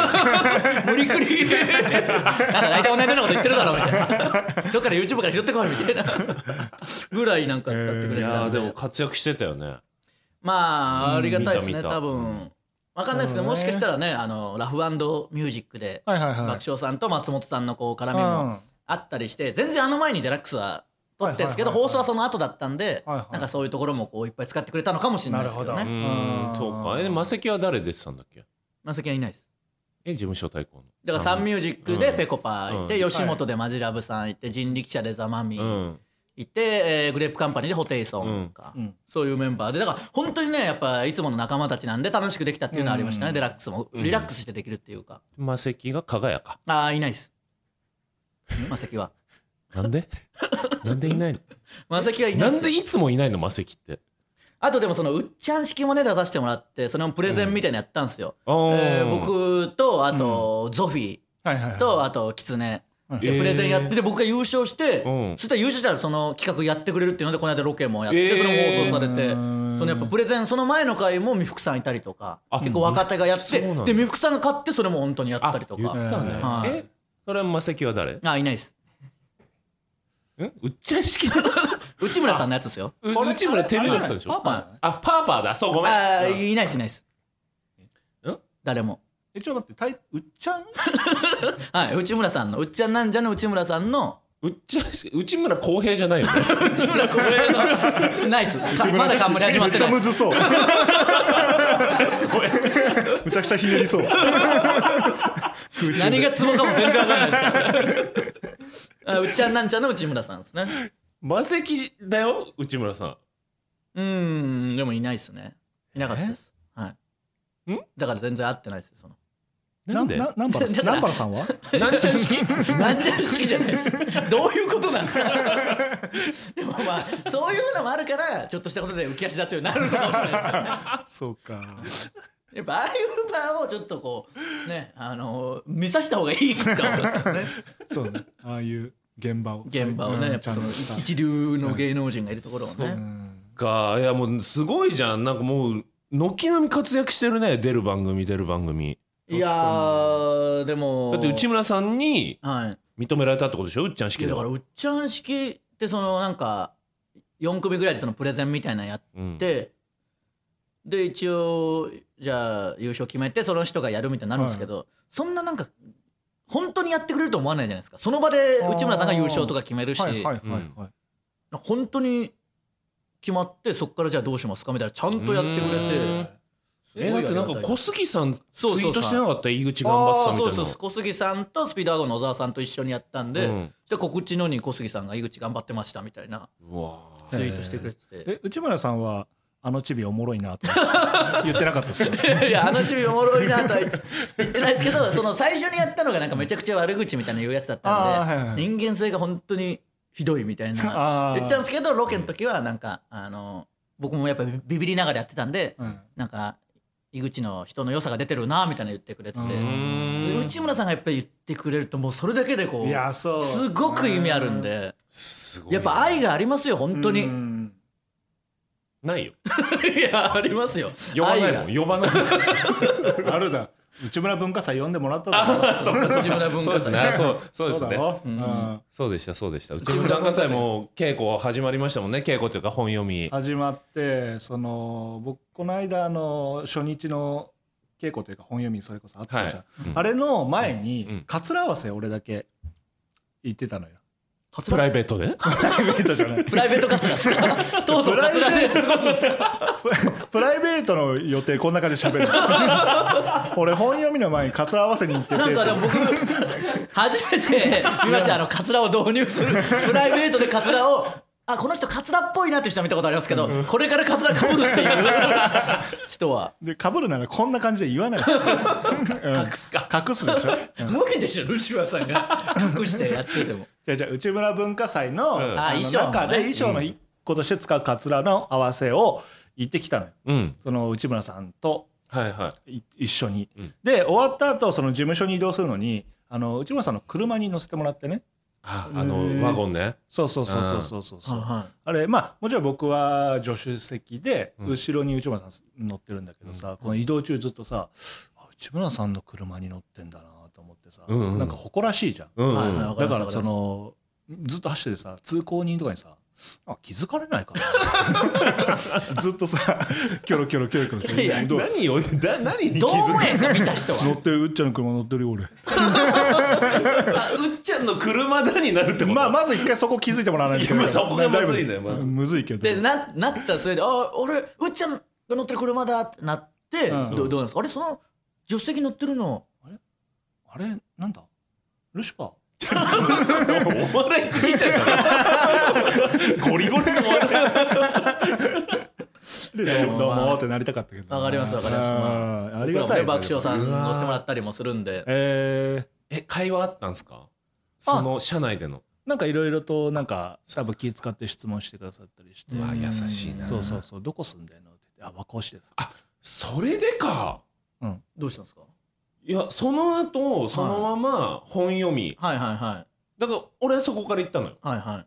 S3: 無理くりなんか大体同じようなこと言ってるだろみたいなどっから YouTube から拾ってこいみたいなぐらいなんか使ってく
S1: い
S3: れてた
S1: や
S3: ん
S1: で
S3: で,、
S1: も活躍してたよね
S3: まあありがたいです
S1: 見た
S3: ね
S1: 見た
S3: 多分わかんないですけどもしかしたらねあのラフミュージックで
S4: はいはいはい
S3: 爆笑さんと松本さんのこう絡みもあったりして全然あの前に「デラックスは撮ってるんですけど
S4: はいはいはい
S3: 放
S4: はい
S3: 送はその後だったんで
S4: はいはい
S3: なんかそういうところもこういっぱい使ってくれたのかもしれないですけど
S4: なる
S1: う
S4: ほ
S3: ね
S4: ど
S1: ー
S4: あ
S1: ん
S4: ー
S1: そうかえマセキは誰出てたんだっけ
S3: マセキはいないです
S1: え事務所対抗の
S3: だからサンミュージックでペコパいて
S1: う
S3: 吉本でマジラブさんいて人力車でザ・マミ
S1: う
S3: ー
S1: ん
S3: いて、えーグレープカンパニーでホテイソンか、そういうメンバーでだから本当にねやっぱいつもの仲間たちなんで楽しくできたっていうのはありましたね、デラックスもリラックスしてできるっていうか、
S1: マセキが加賀谷か
S3: ああいないです マセキは
S1: なん でなんでいないの
S3: マセキはいない
S1: な
S3: です
S1: んでいつもいないのマセキって
S3: あとでもそのうっちゃん式もね出させてもらってそれもプレゼンみたいなのやったんですよ、
S1: あー
S3: えー僕とあと、ゾフィー
S4: はいはいはい
S3: とあとキツネでプレゼンやってで僕が優勝して、
S1: うん
S3: そしたら優勝したらその企画やってくれるっていうのでこの間ロケもやって、
S1: えー
S3: それも放送されてそのやっぱプレゼンその前の回も美福さんいたりとか
S1: あ
S3: 結構若手がやっ
S1: そう
S3: て
S1: なんだ
S3: で美福さんが勝ってそれも本当にやったりと
S1: 言って
S3: か
S1: たね、
S3: はい
S1: えそれはマセキは誰ん
S3: あいないです
S1: うっちゃん式だ
S3: 内村さんのやつですよ
S1: う内村照之さんでしょ
S6: パパじゃない
S1: あパーパーだそうごめん
S3: あーいないですいないです
S1: ん
S3: 誰も
S6: えちょっと待ってタイうっちゃん
S3: はい内村さんのうっちゃんなんじゃの内村さんの
S1: うっちゃん式内村航平じゃないよね
S3: 内村こ れナイスかまだ冠始まって
S4: めっち
S3: な
S4: ゃ
S3: い
S4: むずそうむちゃくちゃひねりそう
S3: 何がツボかも全然わかんないです からあうっちゃんなんちゃんの内村さんですね
S1: マセキだよ内村さん
S3: うーんでもいないですねいなかったですはい
S1: ん
S3: だから全然会ってないですよその
S1: なんで
S6: 南原 さん南原さ んは
S1: なんちゃん式
S3: なんちゃう式じゃないですどういうこと なんですかでもまあそういうのもあるからちょっとしたことで浮き足立つようになるのかもしれないですからね
S4: そうか
S3: やっぱああいう場をちょっとこうねあの見さした方がいいって思いますよね
S4: そうねああいう現場を
S3: 現場をね、
S4: うん
S3: やっぱその
S4: ちゃんとした
S3: 一流の芸能人がいるところをね、
S1: かいやもうすごいじゃんなんかもう軒並み活躍してるね出る番組出る番組
S3: いやーでも
S1: だって内村さんに
S3: はい
S1: 認められたってことでしょうっちゃん式
S3: いや
S1: だ
S3: だか
S1: からら
S3: うっちゃん式ってそのなんか4組ぐらいでそのプレゼンみたいなのやっ
S1: うん
S3: て、で一応じゃあ優勝決めてその人がやるみたいになるんですけど、そんななんか本当にやってくれると思わないじゃないですかその場で内村さんが優勝とか決めるし、
S6: はいはいはいはい、
S3: 本当に決まってそっからじゃあどうしますかみたいなちゃんとやってくれ
S1: うん
S3: て。
S1: えだってなんか小杉さんツイ
S3: そうそうそう
S1: ートしてなかった入り口頑張
S3: あ
S1: って
S3: あ
S1: た
S3: そ
S1: み
S3: う
S1: た
S3: そ
S1: いうな
S3: 小杉さんとスピードワゴンの小沢さんと一緒にやったんで、
S1: うん
S3: そしたら告知のに小杉さんが井口頑張ってましたみたいな
S1: うわー
S3: ツイートしてくれてて、
S6: え内村さんはあのチビおもろいなと言ってなか った ですよ
S3: いやあのチビおもろいなとは言言って ないですけどその最初にやったのがなんかめちゃくちゃ悪口みたいな言うやつだったんで、
S4: あーはいはい
S3: 人間性が本当にひどいみたいな
S4: あー
S3: 言ってたんですけどロケの時はなんかあの僕もやっぱビビりながらやってたんで、なんか井口の人の良さが出てるなみたいな言ってくれてて。それ内村さんがやっぱり言ってくれるともうそれだけでこう
S6: いやそうですね
S3: すごく意味あるんです
S1: ごい
S3: やっぱ愛がありますよ本当 にい
S6: うん
S1: ないよ
S3: やありますよ
S1: 呼ばない
S3: 愛
S1: もん呼ばないもん
S6: あるだ内村文化祭呼んでもらっただろ
S1: そう
S3: が 内村文
S1: そう
S3: 化
S1: です
S3: 祭
S1: ねそうそうです
S6: そうだ
S1: ね
S6: ろ、うん
S1: そうでしたそうでしたうち
S3: 内
S1: の文
S3: 村文
S1: 化
S3: 化祭
S1: 祭も稽古始まりましたもんね稽古というか本読み
S6: 始まってその僕この間あの初日の稽古というか本読みそれこそあったじゃん、
S1: はいうん
S6: あれの前
S1: うんうん
S6: にかつら合わせ俺だけ行ってた のよ
S3: カツ
S1: プ
S3: ラ
S1: ライベート で
S3: プライベートカツラですかとうとうカツラで過ごすんですか
S4: プライベートの予定こんな感じで喋 る俺本読みの前にカツラ合わせに行ってて
S3: なんかでも僕初めて見ましたあのカツラを導入するプライベートでカツラをあこの人カツラっぽいなっていう人は見たことありますけどこれからカツラかぶるっていう人は
S4: で被るならこんな感じで言わな いし、うん
S1: 隠すか
S4: 隠すでしょ
S3: 無理でしょ内村さんが隠してやってても
S4: じゃあじゃあ内村文化祭の,、
S1: ん
S3: あ
S4: あの
S3: 衣装のね
S4: 中で衣装の一個として使うカツラの合わせを行ってきたのよ
S1: うん
S4: その内村さんと
S1: はいはい
S4: い一緒に、
S1: うん
S4: で終わった後その事務所に移動するのにあの内村さんの車に乗せてもらってね
S1: ああのワゴンね
S4: そうそうそうそうそうそうそう、
S3: はいはい
S4: あれまあもちろん僕は助手席で
S1: うん
S4: 後ろに内村さん乗ってるんだけどさ、この移動中ずっとさあ内村さんの車に乗ってんだなと思ってさ、
S1: うんうん
S4: なんか誇らしいじゃん、
S1: うん
S3: はい
S1: うん
S3: はいわり
S4: だ
S3: ま
S4: か
S3: す
S4: らそ
S3: わり
S4: のずっと走っててさ通行人とかにさあ気づかれないかな ずっとさキョロキョロキョロキョロし
S3: いやい
S4: て
S3: や
S4: どう
S1: 何 よだ何に気
S3: ますどう
S1: づ
S3: 思
S1: く
S3: えんすか見た人
S4: 乗
S3: は
S4: ってるうっちゃんの車乗ってるよ俺
S1: あうっちゃんの車だになるってこと
S4: まあまず一回そこ気づいてもらわないといけ
S1: い
S4: ない
S1: やまあそこがまずいね
S4: だぶ
S1: まず
S4: むずいけど
S3: でななったそれで「ああ俺うっちゃんが乗ってる車だ」ってなって、
S4: うん
S3: どうどうなんですかあれその助手席乗ってるの
S4: あれなんだルシファー
S1: お笑いすぎちゃ ったなゴリゴリのお笑い
S4: で
S3: や
S4: どう
S3: でも
S4: どう
S3: まあ
S4: もってなりたかったけど
S3: わかりますわかりますま
S4: あーあ
S3: 僕ら
S4: りが
S3: も
S4: た
S3: ね
S4: い
S3: 爆笑さん
S1: うわー
S3: 乗せてもらったりもするんで
S4: え
S1: え会話あったんすかその社内での
S4: ーなんかいろいろとなんか多分気使って質問してくださったりして
S1: まあ優しいな
S4: そうそうそうどこ住んでんのって言ってあ和光市です
S1: それでか
S3: どうしたんですか
S1: いやその後そのまま本読み
S3: はいはいは
S1: だから俺そこから行ったのよ
S3: はいはい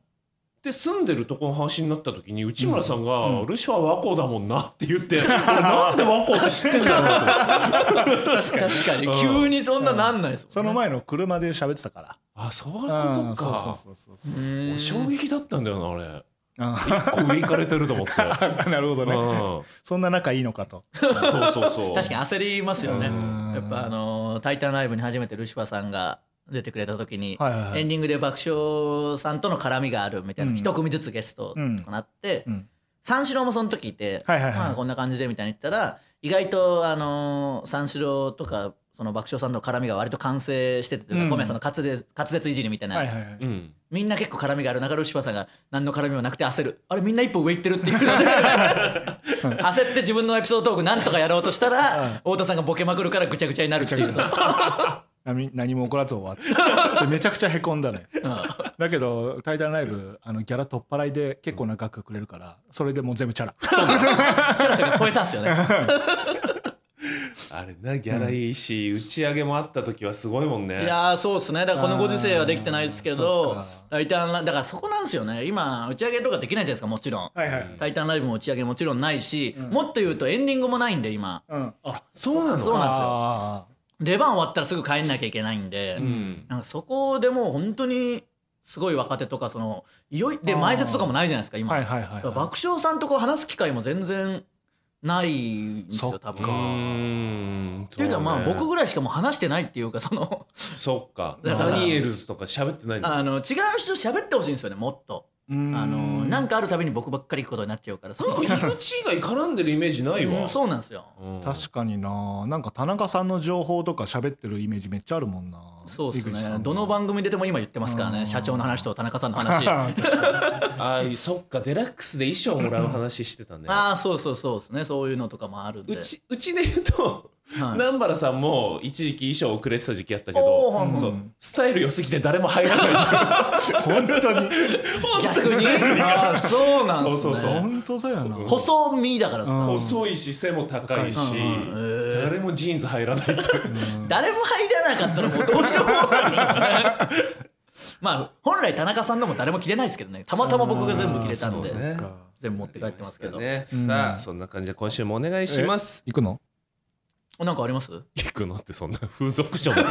S1: で住んでるとこの話になった時に内村さんが「ルシファー和光だもんな」って言って「俺なんで和光って知ってんだろう」と
S3: 確かに急にそんななんないです
S4: その前の車で喋ってたから
S1: あそういうこと
S4: うんそうそう
S1: か
S4: そうそう
S3: もんね
S1: 俺衝撃だったんだよな俺
S4: あ
S1: 一個上行かれてると思って
S4: なるほど
S1: うん
S4: ねそんな仲いいのかと
S1: そうそうそう
S3: 確かに焦りますよね
S4: ん
S3: やっぱあの「タイタンライブ」に初めてルシファーさんが出てくれた時に
S4: はいはいは
S3: エンディングで爆笑さんとの絡みがあるみたいな
S4: うん
S3: 一組ずつゲストとかなって
S4: うん
S3: 三四郎もその時いて
S4: はいはいはい
S3: まあこんな感じでみたいに言ったら意外とあの三四郎とかその爆笑さんとの絡みが割と完成しててというか
S4: うん
S3: 小宮さんの滑舌滑舌いじりみたい
S4: はい
S3: な
S4: はいはい
S1: うん
S3: みんな結構絡みがある中ルシファーさんが何の絡みもなくて焦るあれみんな一歩上行ってるっていう 焦って自分のエピソードトークなんとかやろうとしたら太田さんがボケまくるからぐちゃぐちゃになるっていう
S4: 何何も起こらず終わってでめちゃくちゃへこんだねだけど「タイタンライブ」あのギャラ取っ払いで結構な額くれるからそれでもう全部チャラ
S3: チャラとか超えたんですよね。
S1: あれなギャラいいし打ち上げもあった時はすごいもんね
S3: いやーそうですねだからこのご時世はできてないですけ
S4: あーそ
S3: ど
S4: っか
S3: 「タイタンライブ」だからそこなんですよね今打ち上げとかできないじゃないですかもちろん
S4: はいはい
S3: 「タイタンライブ」も打ち上げもちろんないし、もっと言うとエンディングもないんで今
S4: うんあ
S1: そうなの
S3: そうなんですよ
S4: あ
S3: 出番終わったらすぐ帰んなきゃいけないんで、
S1: うん
S3: なんかそこでもう本当にすごい若手とかそのいよいで
S4: あー
S3: 前説とかもないじゃないですか
S4: ー
S3: 今、
S4: はいはいはい
S3: だから爆笑さんとこう話す機会も全然ないんです
S4: そ
S3: よ
S4: っ
S3: 多
S1: う
S3: 分。
S1: ーんっ
S3: っていうかまあ僕ぐらいしかもう話してないっていうかその
S1: そっか
S3: だから
S1: ダニエルズとか喋ってないんだ
S3: あの違う人と喋ってほしいんですよねもっと。あのなんかあるたびに僕ばっかり行くことになっちゃうからその、
S1: 入り口以外絡んでるイメージない
S3: うん
S1: わ
S3: そうなんですよ。
S1: うん
S4: 確かにななんか田中さんの情報とか喋ってるイメージめっちゃあるもんな
S3: そうです
S4: 井口
S3: ね
S4: さん。の
S3: どの番組出ても今言ってますからね。社長の話と田中さんの 話。 あ
S1: あーそっかデラックスで衣装もらう話してたね
S3: あ、そうそうそうですね。そういうのとかもあるんで。
S1: うちうちで言うと
S3: はい
S1: 南原さんも一時期衣装遅れてた時期あったけ
S3: お
S1: ど
S3: ーはいはい
S1: そうスタイル良すぎて誰も入らない
S4: 本当に
S3: 逆 に。あーそうなんで
S1: そ
S3: すね。
S1: うそうそう
S4: 本当だよな
S3: 細身だからですか。
S1: 細いし背も高いし誰もジーンズ入らないって
S3: 誰も入らなかったらもうどうしようもないですよね。まあ本来田中さんのも誰も着れないですけどね。たまたま僕が全部着れたんで
S1: ね
S3: 全部持って帰ってますけど。
S1: ねさあそんな感じで今週もお願いします
S4: 行くの
S3: おなんかあります？
S1: 行くのってそんな風俗書みたい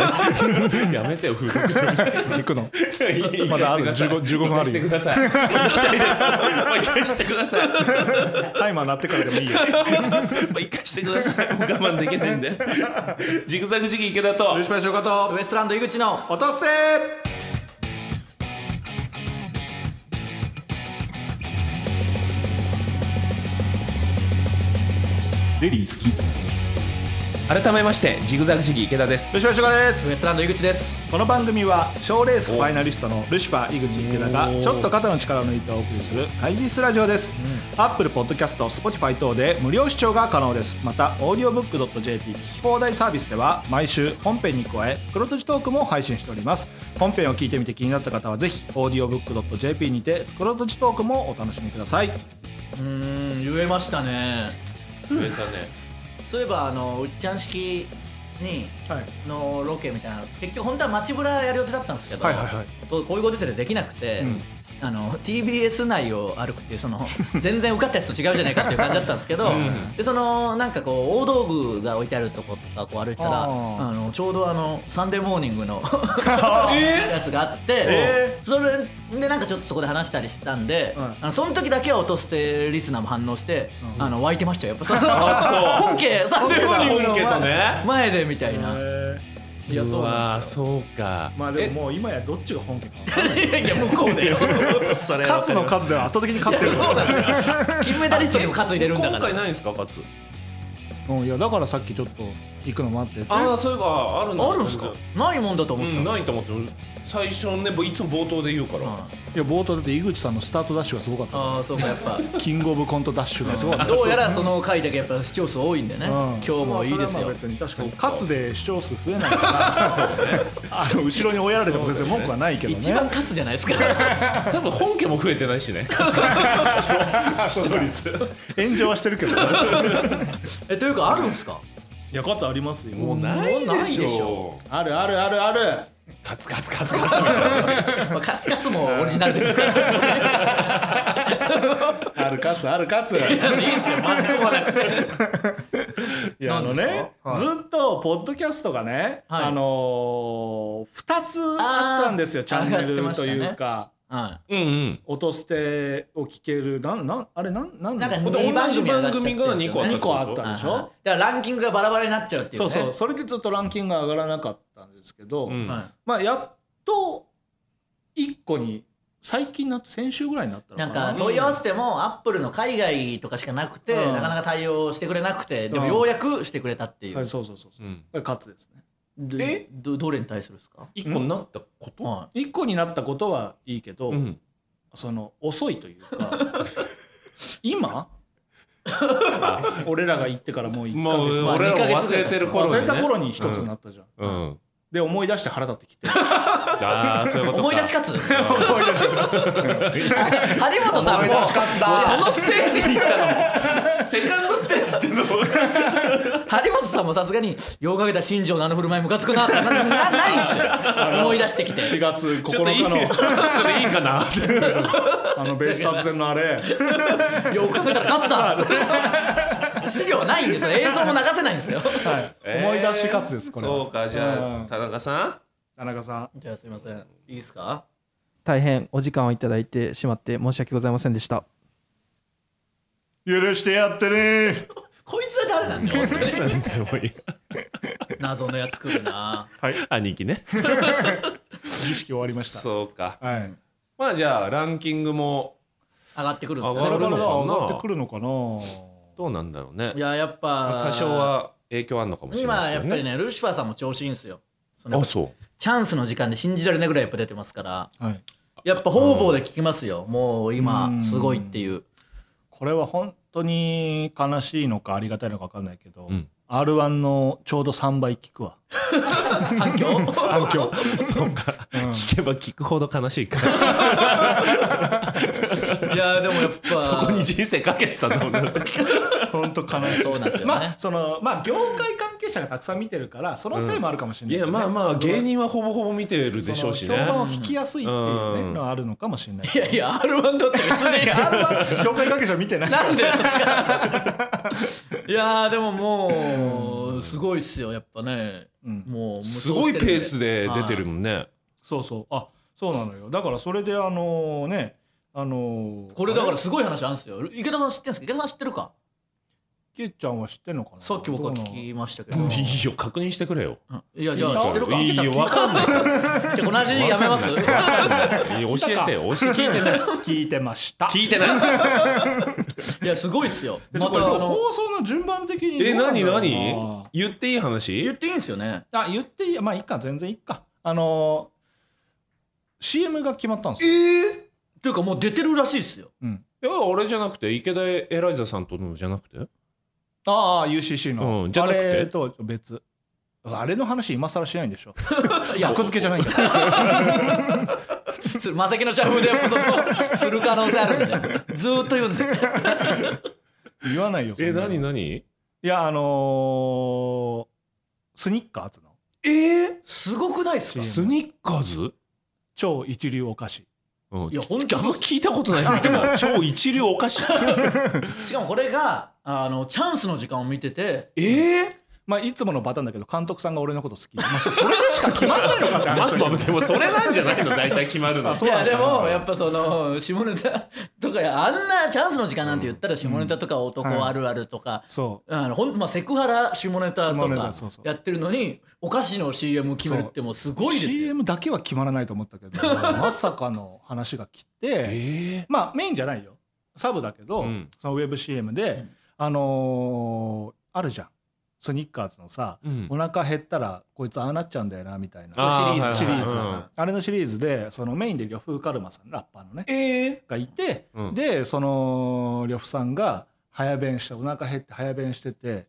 S1: なやめてよ風俗書みたいな
S4: 行くの
S1: ま
S4: だある15 15分ある
S1: してください行きたいですもう一回してください
S4: タイマー鳴ってからでもいいよ
S1: まあ一回してください。もう我慢できないんで。ジグザグジギ池田と。
S4: しましょうかと
S3: ウエストランド井口の
S4: 落として
S5: ゼリー好き
S1: 改めまして、ジグザグジギ池田です。
S4: ルシファーショで
S3: ウエ
S4: す
S3: ストランド井口です。
S4: この番組は賞レースファイナリストのルシファー井口池田がちょっと肩の力を抜いてお送りする会議室ラジオです、アップルポッドキャスト Spotify 等で無料視聴が可能ですまた audiobook.jp 聞き放題サービスでは毎週本編に加え黒とじトークも配信しております本編を聞いてみて気になった方はぜひ audiobook.jp にて黒とじトークもお楽しみください
S3: うん言えましたね。
S1: えたね。
S3: そういえばあのうっちゃん式に
S4: はい
S3: のロケみたいな結局本当は街ぶらやる予定だったんですけど、
S4: はいはいはい
S3: こうこういうご時世でできなくて、あの TBS 内を歩くっていうその全然受かったやつと違うじゃないかっていう感じだったんですけど、でそのなんかこう大道具が置いてあるとことかこう歩いてたらあ
S4: あー
S3: のちょうどあの「サンデーモーニングの」やつがあって、
S4: え
S3: それでなんかちょっとそこで話したりしたんで、あのその時だけは落としてリスナーも反応して、あの湧いてましたよやっぱその
S1: あそう
S3: 本家サンデーモーニングの
S1: 本家とね
S3: 前でみたいな。いや
S1: う
S3: そうなん
S1: わー、そうか。
S4: まあでももう今やどっちが本家か
S3: ですよいや向こうだよ
S1: それは
S4: 勝つの数では圧倒的に勝ってる
S3: そうなんですよ金メダリストにも勝つ入れるんだか
S1: 今
S3: ら
S1: 回ないんですか、勝つ。
S4: うんいやだからさっきちょっと行くの待って
S1: ああ、そういえば、ある
S3: あるんですかないもんだと
S1: う
S3: 思ってた、
S1: ん、ないと思ってる。最初ね、いつも冒頭で言うから。
S3: はい
S4: いや冒頭だって井口さんのスタートダッシュがすごかった
S3: ああそうかやっ ぱ
S4: キングオブコントダッシュがすごかった
S3: どうやらその回だけやっぱ視聴数多いんでね、
S4: うん
S3: 今日もいいです
S4: それ
S3: よ
S4: はまあ別に確かに勝つで視聴数増えないから あの後ろに追いやられても全然文句はないけどね
S3: 一番勝つじゃないですか
S1: 多分本家も増えてないしね。視聴率。
S4: 炎上はしてるけど、ね、
S3: え というかあるんですか
S4: いや勝つありますよ
S1: もうないでし
S3: もうないでし
S1: ょ
S3: ょ。
S4: あるあるあるある
S1: カツカツカツカツみたいな
S3: まあカツカツもオリジナルですから
S4: あるかつあるか
S3: い
S4: つ
S3: やいいんすよまずくもなくて
S4: いやあ
S3: 何
S4: の
S3: ですか
S4: ね、
S3: はい
S4: ずっとポッドキャストがね、
S3: はい
S4: あのー、2つあったんですよ
S3: あー
S4: チャンネ
S3: 上がってま
S4: ル
S3: し
S4: と
S3: たね
S4: いうか、
S3: は
S1: うんうん
S4: 音捨てを聞けるなんなんあれなんなん
S3: なん
S4: で
S3: か
S4: す
S3: 二
S4: か
S1: で
S3: いい
S1: 同
S3: 番
S1: じ
S3: 組上
S1: 番
S3: がっちゃってる
S1: 組が
S3: んですよね
S1: 2個あったってこ
S4: 二個あっ
S1: と
S4: た
S1: でしょ
S3: い
S4: んでしょ
S3: はいだからランキングがバラバラになっちゃうっていうね
S4: そうそうそれでずっとランキングが上がらなかったんですけど、
S1: うん
S3: は
S4: まあやっと1個に最近な先週ぐらいになった
S3: い
S4: の
S3: なん
S4: かな
S3: か問い合わせてもアップルの海外とかしかなくて
S4: うん
S3: なかなか対応してくれなくてでも
S4: うん
S3: ようやくしてくれたってい
S4: は
S3: う
S4: い、そうそうそうそう
S1: うん
S4: これ勝つですね
S3: ど
S1: え
S3: どどれに対するですか
S1: 1個になったこと
S3: は
S4: 1個になったことはいいけど、
S1: うん
S4: その遅いというか 今俺らが行ってからもう1
S1: も
S4: ヶ
S1: う
S4: 月
S1: 俺らも
S3: まあ二ヶ月
S1: 忘れてる頃
S4: 忘
S1: に
S4: れた頃に一つになったじゃん、
S1: うんうん
S4: で思い出して腹立ってきて
S1: ああそういう
S3: い
S1: こと
S3: 思い出し
S1: か
S3: 勝つ張本さんももうそのステージに行ったのセカンドステージっていうのも張本さんもさすがに「ようかけた新庄のあの振る舞いムカつくな」ってななないんですよ思い出してきて
S4: 4月9
S1: ちょっといい ちょ
S4: 日
S1: っ
S4: の
S1: といいか な
S4: あのベイスターズ戦のあれ
S3: よく考えたら勝ったんです資料がないんですよ映像も流せないんですよ
S4: 思い出し勝つですこれは
S1: そうかじゃあ田中さん
S4: 田中さん
S3: じゃあすいませんいいですか
S7: 大変お時間をいただいてしまって申し訳ございませんでした
S5: 許してやってね
S3: こいつは誰なんだよ本当に
S1: なんでもいい
S3: 謎のやつ来るな
S1: 兄貴ね
S4: 儀式終わりました
S1: そうか
S4: はい
S1: まあじゃあランキングも
S3: 上がってくるんです
S1: 上
S3: か
S1: が
S3: ね
S1: るのかな
S4: 上がってくるのかな
S1: どうなんだろうね
S3: いややっぱ
S1: 多少は影響あるのかもしれない
S3: 今
S1: ですけ
S3: やっ
S1: ど
S3: ぱり
S1: ね
S3: ねルシファーさんも調子いいんですよそのやっ
S1: あ
S3: ぱ
S1: そう
S3: チャンスの時間で信じられないぐらいやっぱ出てますから
S4: はい
S3: やっぱ方々で聞きますよもう今すごいっていう
S4: これは本当に悲しいのかありがたいのか分かんないけど、
S1: ん
S4: r 1のちょうど3倍聞くわ
S3: 反響
S4: 反響
S1: そうか、聞けば聞くほど悲しいから
S3: いやでもやっぱ
S1: そこに人生かけてたんだもんね
S4: 本当悲しい
S3: そうなんですよね
S4: ま あそのまあ業界関係者がたくさん見てるからそのせいもあるかもしれ
S1: い
S4: ない、
S1: やまあまあ芸人はほぼほぼ見てるでしょうし
S4: 評
S1: ね
S4: 判を聞きやすいっていうね、
S1: うん
S4: のはあるのかもしれない
S3: いやいや R1 だって別に
S4: 業界関係者見てない
S3: なんでですかいやーでももうすごいっすよやっぱね、もう
S1: すごいペースで出てる
S3: も
S1: もんね
S4: そうそうあそうなのよだからそれであのねあの
S3: これだからすごい話あるんですよ池田さん知ってんすか池田さん知ってるか
S4: けいちゃんは知ってんのかな
S3: さっき僕は聞きましたけど、
S1: いいよ確認してくれよ
S3: いやじゃあ知ってるか
S1: いいよわかんない
S3: じゃあ同じやめます
S1: いや教えてよ教え聞いてない
S4: 聞いて ました
S1: 聞いてない
S3: いやすごいっすよ
S4: えちょ
S3: ま
S4: っと
S3: た
S4: これ放送の順番的に
S1: え
S4: どうなんだ
S1: 何
S4: ろうな
S1: 何言っていい
S3: 言っ
S1: 話
S3: ていいんですよね
S4: あ言っていいまあいいか全然いいかあの CM が決まったんですよ
S1: え
S3: というかもう出てるらしいっすよ
S1: いや俺じゃなくて池田エライザさんとのじゃなくて
S4: ああ UCC の、
S1: うんじゃなくて
S4: あれと別あれの話今更しないんでし ょ
S3: いや
S4: 格付けじゃないんだ
S3: それマセキの社風でやっぱそのする可能性あるんでずーっと言うんで
S4: 言わないよそん
S1: え
S4: なの
S1: 何何
S4: いやあのースニッカーズの
S1: え
S3: すごくないっすか
S1: スニッカーズ
S4: 超一流お菓子
S1: うん
S3: いや本当
S1: あんま聞いたこと ないんだけど超一流お菓子
S3: しかもこれがあのチャンスの時間を見てて
S1: えー
S4: まあいつものパターンだけど監督さんが俺のこと好き、まあ、そそれでしか決まんないのかって
S1: まあ
S4: 話
S1: まあでもそれなんじゃないの大体決まるの
S3: いやでもやっぱその下ネタとかあんなチャンスの時間なんて言ったら下ネタとか男あるあるとか、
S4: そう
S3: あのほんまあ、セクハラ下ネタと
S4: 下ネ
S3: か
S4: タそうそう
S3: やってるのにお菓子の CM 決めるってもうすごいですよ
S4: CM だけは決まらないと思ったけど まさかの話が来て、
S1: え
S4: まあメインじゃないよサブだけ
S1: う
S4: ど、
S1: ん
S4: そのウェブ CM で、あのーあるじゃんスニッカーズのさ、
S1: うん
S4: お腹減ったらこいつああなっちゃうんだよなみたいな
S1: あ
S3: シリー
S1: はいは
S3: ズ
S1: いはい
S3: シリーズ
S1: うん
S4: あれのシリーズでそのメインで呂布カルマさんラッパーのね
S1: ええ
S4: がいて、
S1: うん
S4: でその呂布さんが早弁してお腹減って早弁してて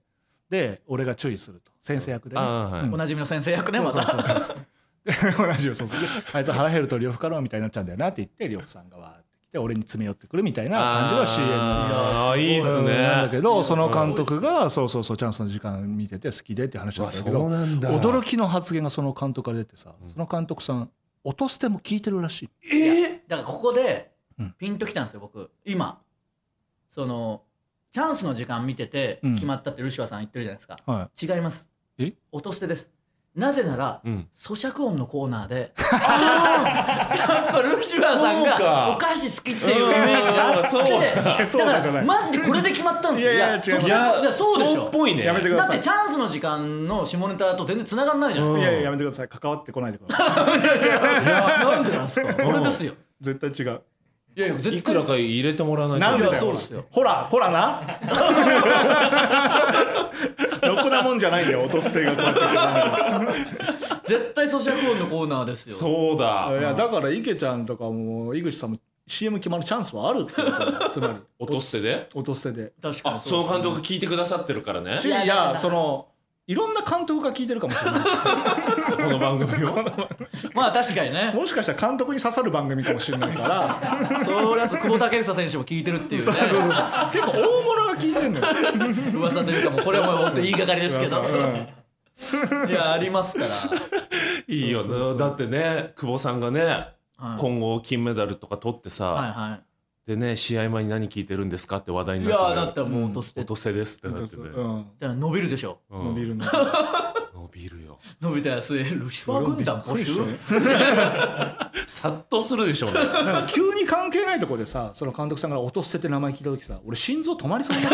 S4: で俺が注意すると先生役でね、
S1: あーはい
S3: おなじみの先生役ね
S4: そう
S3: ま
S4: そう
S3: た
S4: そう そうそう同じよそうそうあいつ腹減ると呂布カルマみたいになっちゃうんだよなって言って呂布さんがわーって来で俺に詰め寄ってくるみたいな感じが CM
S1: あーいいっすね
S4: なんだけどその監督がそうそうそうチャンスの時間見てて好きでって話だったんだけど
S1: なん
S4: 驚きの発言がその監督から出てさその監督さん音捨ても聞いてるらしい
S3: だからここで
S4: うん
S3: ピンときたんですよ僕今そのチャンスの時間見てて
S4: うん
S3: 決まったってルシファーさん言ってるじゃないですか、
S4: は
S3: 違います
S4: え
S3: 音捨てですなぜなら、
S1: うん
S3: 咀嚼音のコーナー でやっぱルシファーさん
S1: そうか
S3: がお菓子好きっていうイメージがあって
S1: うんうんうん
S4: そ
S3: だ
S4: う
S3: か
S4: なんじゃない
S3: らマジでこれで決まったんですよ
S4: いやいや
S3: 咀
S4: 違います
S1: い
S3: 嚼
S1: や
S3: いやそうでし
S1: そ
S3: ょ
S1: っぽいね
S4: やめてくだ
S3: だっ
S4: さ
S3: て
S4: い
S3: チャンスの時間の下ネタと全然繋がんないじゃない
S1: うん
S3: で
S4: いやいややめてください関わってこないでください
S3: すか、なんでなんですかこれですよ
S4: 絶対違う
S3: いやいや絶対
S1: いくらか入れてもらわないと
S4: なんで
S3: い
S4: だ
S3: やそう
S4: よ
S3: ですよ
S4: ほらほらな ろくなもんじゃないよ音捨てがこうやって決まるの
S3: 絶対咀嚼音のコーナーですよ
S1: そうだ
S4: いやだから池ちゃんとかも井口さんも CM 決まるチャンスはあるってことだよつまり
S1: 音捨てで
S4: 音捨てで
S3: 確か
S1: あ
S3: に
S1: その
S3: ですね
S1: 監督聞いてくださってるからね
S4: しい
S3: いやいやい
S4: や
S3: や
S4: そのいろんな監督が聞いてるかもしれない
S1: この番組を
S3: まあ確かにね
S4: もしかしたら監督に刺さる番組かもしれないから
S3: そりゃそう久保建英選手も聞いてるっていうね
S4: そうそうそう結構大物が聞いてんのよ、
S3: 噂というかもうこれはもう本当言いがかりですけど
S4: うん
S3: いやありますから
S1: いいよねだってね久保さんがね
S3: はい
S1: 今後金メダルとか取って
S3: はい
S1: さ
S3: は
S1: でね試合前に何聞いてるんですかって話題
S3: い
S1: に
S3: い
S1: なって
S3: や
S1: ね
S3: だったらもう落として
S1: 音捨てですってなってね
S4: うん、
S3: だから伸びるでしょ
S1: うん
S4: 伸びるんだ
S1: 伸びるよ
S3: 伸びたやつルシファー軍団募集
S1: 殺到するでしょうね
S4: なんか急に関係ないとこでさその監督さんから音捨てって名前聞いた時さ俺心臓止まりそうになっ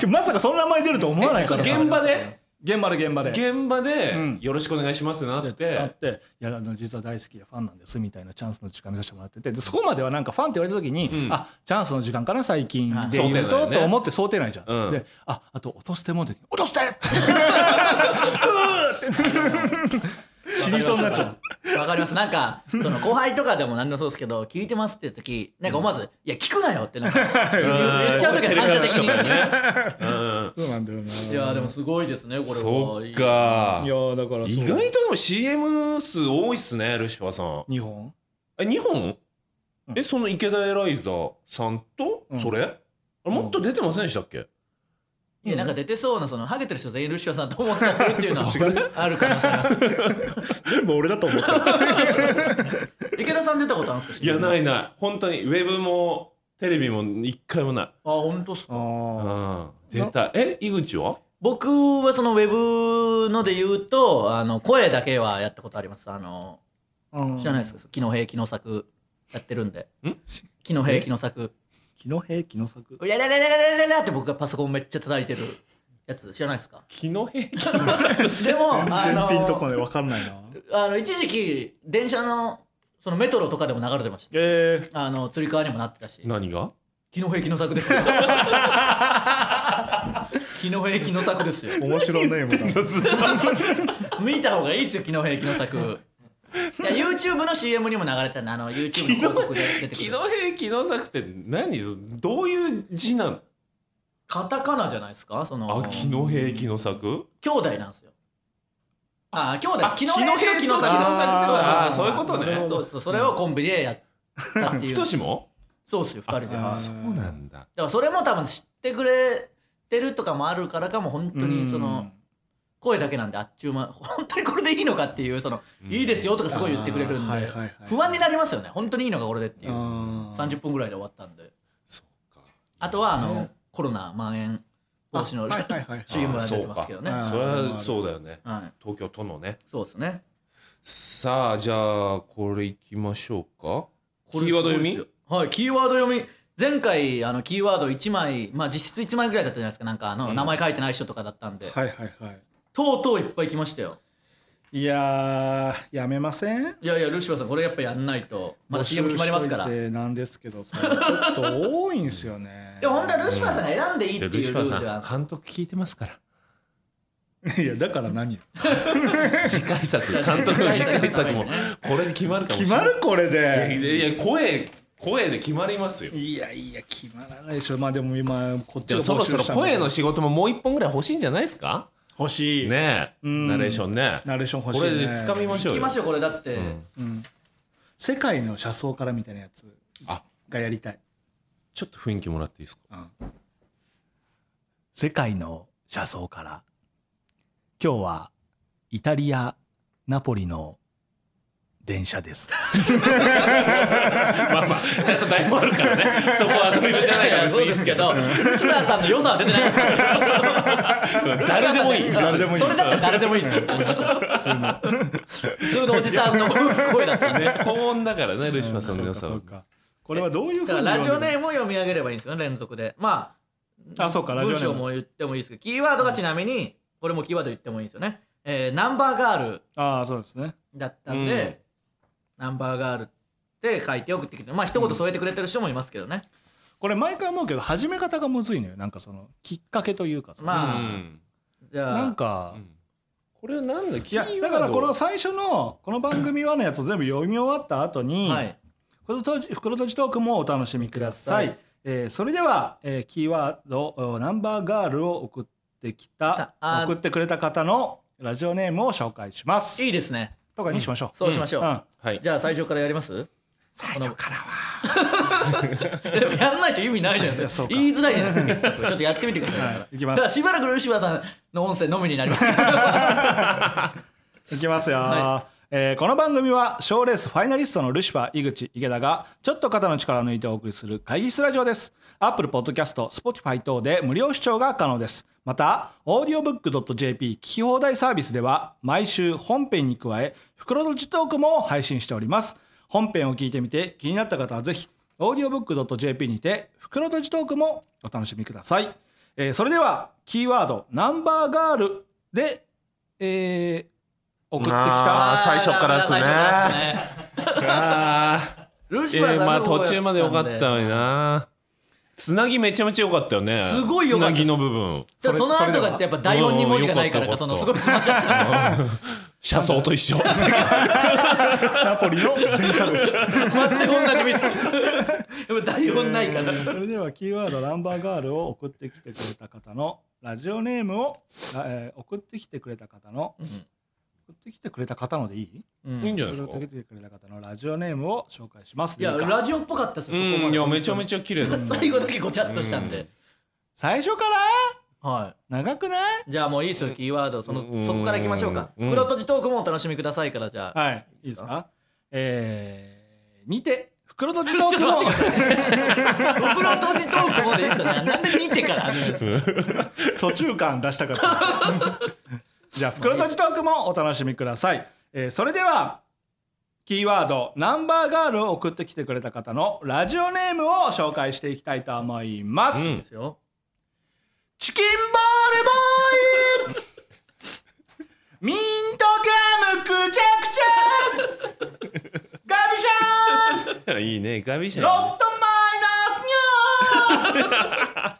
S4: たまさかその名前出ると思わないからさ
S3: 現場で
S4: 現場で現場で
S1: 現場で
S4: うん
S1: よろしくお願いしますってなっ
S4: あってて「いやあの実は大好きでファンなんです」みたいなチャンスの時間見させてもらっててでそこまではなんかファンって言われた時に「
S1: うん
S4: あチャンスの時間かな最近
S3: あ
S4: で言う
S1: 想定内
S4: と」
S1: ね
S4: と思って想定内じゃん。
S1: うん
S4: でああと落としてもんで「落として!」死にそうになっちゃう。
S3: わかりますなんかその後輩とかでも何でもそうですけど聞いてますって時なんか思わず「いや聞くなよ」って なんか言っちゃう時は反射的
S1: 照れ隠しとか
S3: に
S4: そうなんだよない
S3: いやでもすごいですねこれは
S1: そっか
S4: やだからそう
S1: 意外とでも CM 数多いっすねルシファーさん
S4: 日本
S1: え2本、
S4: うん
S1: えその池田エライザーさんと、
S4: うん
S1: それあれもっと出てませんでしたっけ、
S3: いやなんか出てそうなそのハゲてる人全員ルシファーさんと思っちゃってるって いうのはあるかもしれない
S4: 全部俺だと思った
S3: 池田さん出たことあるんですか
S1: いやない
S3: あ
S1: いない本当にウェブもテレビも一回もない、
S3: 本当っすか
S1: うん、出たいえ井口は
S3: 僕はそのウェブので言うとあの声だけはやったことありますあの知らないですか木の平木の作やってるんで
S1: ん
S3: 木の平木の作
S4: 気の平気の策
S3: いやらららららららって僕がパソコンめっちゃ叩いてるやつ知らないですか
S1: 木の平気
S3: でもあ
S4: 全
S3: の
S4: 品とかで分かんないな
S3: あの一時期電車のそのメトロとかでも流れてました
S4: え
S3: あのつり革にもなってたし
S1: 何が
S3: 木の平木の作ですよ木の平木の作ですよ
S4: え面白い ねもだ
S3: 見た方がいいっすよ、昨日平気の作。いや YouTube の CM にも流れてたんで、あの YouTube の広告で出てく
S1: 木
S3: る
S1: の。平気の作って何そどういう字なの
S3: カタカナじゃないですかその
S1: あ、木の平気の作
S3: 兄弟なんですよ。あ、兄弟
S1: あ
S3: 昨日平気の作
S1: 木の
S3: で
S1: 平
S3: す。
S1: 気の作
S4: あ
S1: あ
S4: ー
S1: そういうこと
S4: なる
S1: ね
S4: ほ
S3: そうそう、それをコンビでやったってい
S1: ひ
S3: う
S1: と。しも
S3: そうっすよ、二人で。だか
S1: そうなんだ
S3: らそれも多分知ってくれてるとかもあるからかも、本当にその、声だけなんであっちゅうま、 本当にこれでいいのかっていう、その、いいですよとかすごい言ってくれるん
S4: あーはい
S3: で
S4: はいはい、
S3: 不安になりますよね。本当にいいのかこれでっていう。
S4: あー
S3: 30分ぐらいで終わったんで。
S1: そうか
S3: あとはあの、コロナ蔓延防止の、
S4: はいはいはいはい
S3: CM が出てますけどね。
S4: あ
S3: は
S1: それはそうだよね
S3: い、
S1: 東京都のね
S3: そうですね。
S1: さあじゃあこれいきましょうかキーワード読み
S3: はい、キーワード読み。前回あのキーワード1枚、まあ実質1枚ぐらいだったじゃないですか。なんかあの、名前書いてない人とかだったんで、
S4: はいはいは
S3: とうとういっぱい来ましたよ。
S4: いいやーやめません
S3: いやいや、ルシファーさん、これやっぱやんないと、まだ CM 決まりますから。
S4: 募集し
S3: で
S4: といてなんですけどさちょっと多いんすよ ね
S3: も本当はルシファーさんが選んでいいって
S1: でル
S3: い
S1: シ
S3: う
S1: フ
S3: ル
S1: ァ
S3: ー
S1: ー
S3: ル
S1: さ
S3: なん
S1: ん
S3: です
S1: 監督聞いてますから
S4: いやだから何
S1: 次回作 監督の次回作 もこれで決まるかもしれ
S4: 決
S1: ない
S4: まるこれで
S1: いやいや声声で決まりますよ
S4: いやいや決まらないでしょまあでも今こっ
S1: で
S4: ちが
S1: もそろそろ声の
S4: 募集したんだけ
S1: 仕事ももう一本ぐらい欲しいんじゃないですか
S4: ど欲しい、
S1: ねえ
S4: ん
S1: ナレーションね
S4: ナレーション欲しい
S1: これ
S4: ね
S1: で掴みましょう
S3: 行き
S1: よ
S3: ましょう、これだって。
S4: 世界の車窓からみたいなやつ
S1: あ
S4: がやりたい
S1: ちょっと雰囲気もらっていいですか
S8: 世界の車窓から今日はイタリアナポリの電車です
S1: まあまあちゃんと台本あるからねそこはアドリブじゃないから別
S3: そう
S1: にいいで
S3: で
S1: すす
S3: け
S1: けど
S3: ど吉村さんの良さは出てないですけ ど
S1: 誰でもいい
S3: 吉村さんの良さそれだったら誰でもいいです よ普通のおじさんの声 だったんで
S1: ね高音だからねルシファーさんの良さは
S4: これはどういう
S3: だからラジオネームを読み上げればいいんですよね連続でまあ
S4: あそうかラジオネ
S3: 文
S4: ー
S3: 章
S4: ム
S3: も言ってもいいですけどキーワードがちなみにこれもキーワード言ってもいいんですよねえーナンバーガール
S4: ああそうですね
S3: だったんで、ナンバーガールって書いて送ってきてまあ一言添えてくれてる人もいますけどね、
S4: これ毎回思うけど始め方がむずいのよなんかそのきっかけというかさ
S1: う
S3: まあ、
S1: ん
S3: じゃあ
S4: なんか
S1: これはなんだ
S4: いやだからこの最初のこの番組はのやつを全部読み終わった後に、
S3: はい
S4: 袋とじ袋とじトークもお楽しみください。
S3: くださ
S4: えーそれでは、えーキーワードおナンバーガールを送ってきた
S3: あ
S4: 送ってくれた方のラジオネームを紹介します
S3: いいですね
S4: とかにしましょう。
S3: そうしましょう、
S4: うん
S1: はい
S3: じゃあ最初からやります
S4: 最初からは
S3: で もやらないと意味ないじゃない
S4: い
S3: で
S4: や
S3: す
S4: そ
S3: か
S4: うか
S3: 言いづらいじゃないですかちょっとやってみてください、
S4: いき
S3: だ
S4: ま
S3: から
S4: す
S3: しばらく吉村さんの音声のみになり ます
S4: いきますよ、
S3: は
S4: えーこの番組は賞レースファイナリストのルシファー井口池田がちょっと肩の力を抜いてお送りする会議室ラジオです Apple Podcast、Spotify 等で無料視聴が可能ですまた audiobook.jp 聞き放題サービスでは毎週本編に加え袋とじトークも配信しております本編を聞いてみて気になった方はぜひ audiobook.jp にて袋とじトークもお楽しみください、えーそれではキーワードナンバーガールで、えー送ってき
S1: あ
S4: た
S1: ー最初からですね
S3: 最初からですね
S1: あ
S3: ルシ
S1: ー
S3: ファー
S1: え
S3: さ
S1: ー
S3: ん
S1: まあ
S3: の方
S1: 途中まで良かったのになつなぎめちゃめちゃ良かったよね
S3: すごい良かった
S1: つなぎの部分
S3: じゃあその後がやっぱ第4に文字がないからかそのすごい詰まっちゃった
S1: 車窓と一緒
S4: ナポリの電車です。
S3: 全く同じミスやっぱ第4ないから
S4: それではキーワードナンバーガールを送ってきてくれた方のラジオネームを、あえー送ってきてくれた方の、
S3: ん
S4: 送ってきてくれた方のでいい？
S1: いいんじゃないですか
S4: 送ってきてくれた方のラジオネームを紹介します。
S3: いや
S4: いいか
S3: ラジオっぽかったです
S1: う
S3: そこま
S1: んい
S3: で
S1: やめちゃめちゃ綺麗だった
S3: 最後だけごちゃっとしたんで、
S4: 最初から
S3: は
S4: 長くない？
S3: いじゃあもういいですよキーワードその、
S1: うん
S3: そこからいきましょうか
S1: うん
S3: 黒とじトークもお楽しみくださいからじ ゃあ、
S4: はい。いいですか？えー、にて袋とじト ー
S3: ちょっ
S4: ク
S3: と
S4: の
S3: 待って黒とじトークもでいいですよねなんで見てから始めるんですか
S4: 途中感出したかった。 じゃあ、袋とじトークもお楽しみください。えーそれでは、キーワード、ナンバーガールを送ってきてくれた方のラジオネームを紹介していきたいと思います。
S1: うん
S3: ですよ
S4: チキンボールボーイミントガムくちゃくちゃガビシャーン
S1: いいねガビシャ
S4: ロフトマイナスニョー虫歯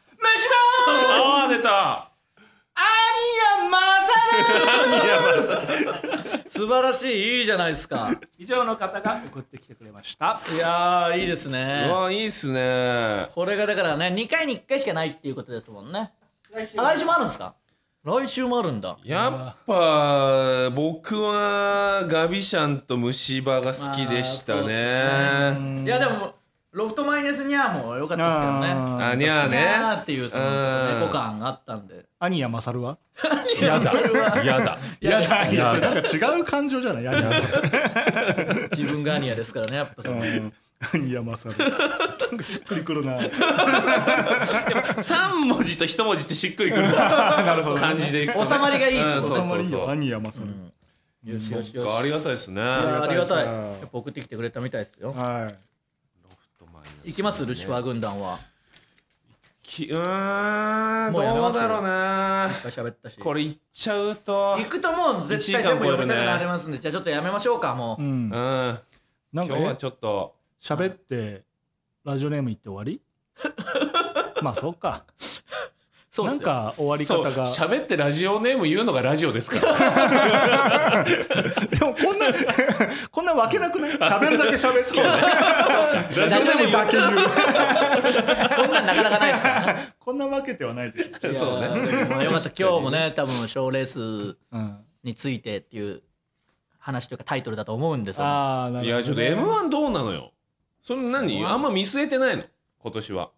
S1: あー出た
S4: アニヤマサル
S3: 素晴らしいいいじゃないですか
S4: 以上の方が送ってきてくれました。
S3: いやーいいです
S1: う
S3: ね
S1: わいいっすね
S3: これがだからね2回に1回しかないっていうことですもんねあ来週もあるんですか来週もあるんだ
S1: やっぱ僕はガビシャンと虫歯が好きでしたね
S3: いやでもロフトマイナスニャーも良かったですけどね
S1: あにゃー
S3: ニャーっ
S1: ね
S3: ていうその猫
S1: うん
S3: 感があったんで
S4: アニヤマサルは
S1: やだやだ
S3: やだ
S4: いやそれなんか違う感情じゃないアニヤマサル
S3: 自分がアニヤですからねやっぱそ の
S4: アニヤマサルなんかしっくりくるな
S1: 三文字と一文字ってしっくりくる なるほど感じでいくとね
S3: 収まりがいいです
S1: うんそうそう
S4: いい
S1: そ
S4: よア
S1: う
S4: ニヤマサル
S3: よしよしよし
S1: ありがたいですね
S3: いやありがたい
S4: ありがたい
S3: やっぱ送ってきてくれたみたいですよ
S4: はい
S3: いきますルシファー軍団は
S1: きうーんど
S3: もう
S1: う
S3: やめます
S1: だろうな
S3: 一回喋ったし
S1: これいっちゃうと
S3: 行くともう絶対全部読めたくなりますんでじゃあちょっとやめましょうかも
S4: う
S3: うん
S1: うん
S4: んなんか
S1: 今日は
S4: え
S1: ちょっと
S4: 喋ってラジオネーム言って終 わりまあそうか
S3: そうっ
S4: な
S3: す
S4: ん
S3: よ
S4: か終わり方が
S1: そう喋ってラジオネーム言うのがラジオですから
S4: でもこんな こんなわけなくない喋るだけ喋って
S1: ラジオネーム言う
S4: け言う
S3: こんなんなかなかないですからね
S4: こんなわけではないでし ょ
S1: そうね
S3: いやーでもよかった今日もね 多分賞ーレース
S4: うん
S3: についてっていう話というかタイトルだと思うんですよ
S4: ああなるほど
S1: いやちょっと m 1どうなのよその何あんま見据えてないの今年は。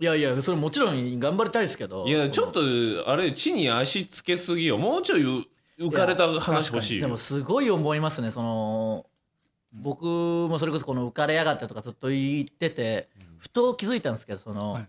S3: いやいやそれもちろん頑張りたいですけど
S1: いやちょっとあれ地に足つけすぎよもうちょいう浮かれた話欲しい
S3: でも
S1: よ
S3: すごい思いますねその僕もそれこそこの浮かれやがってとかずっと言っててふと気づいたんですけどその、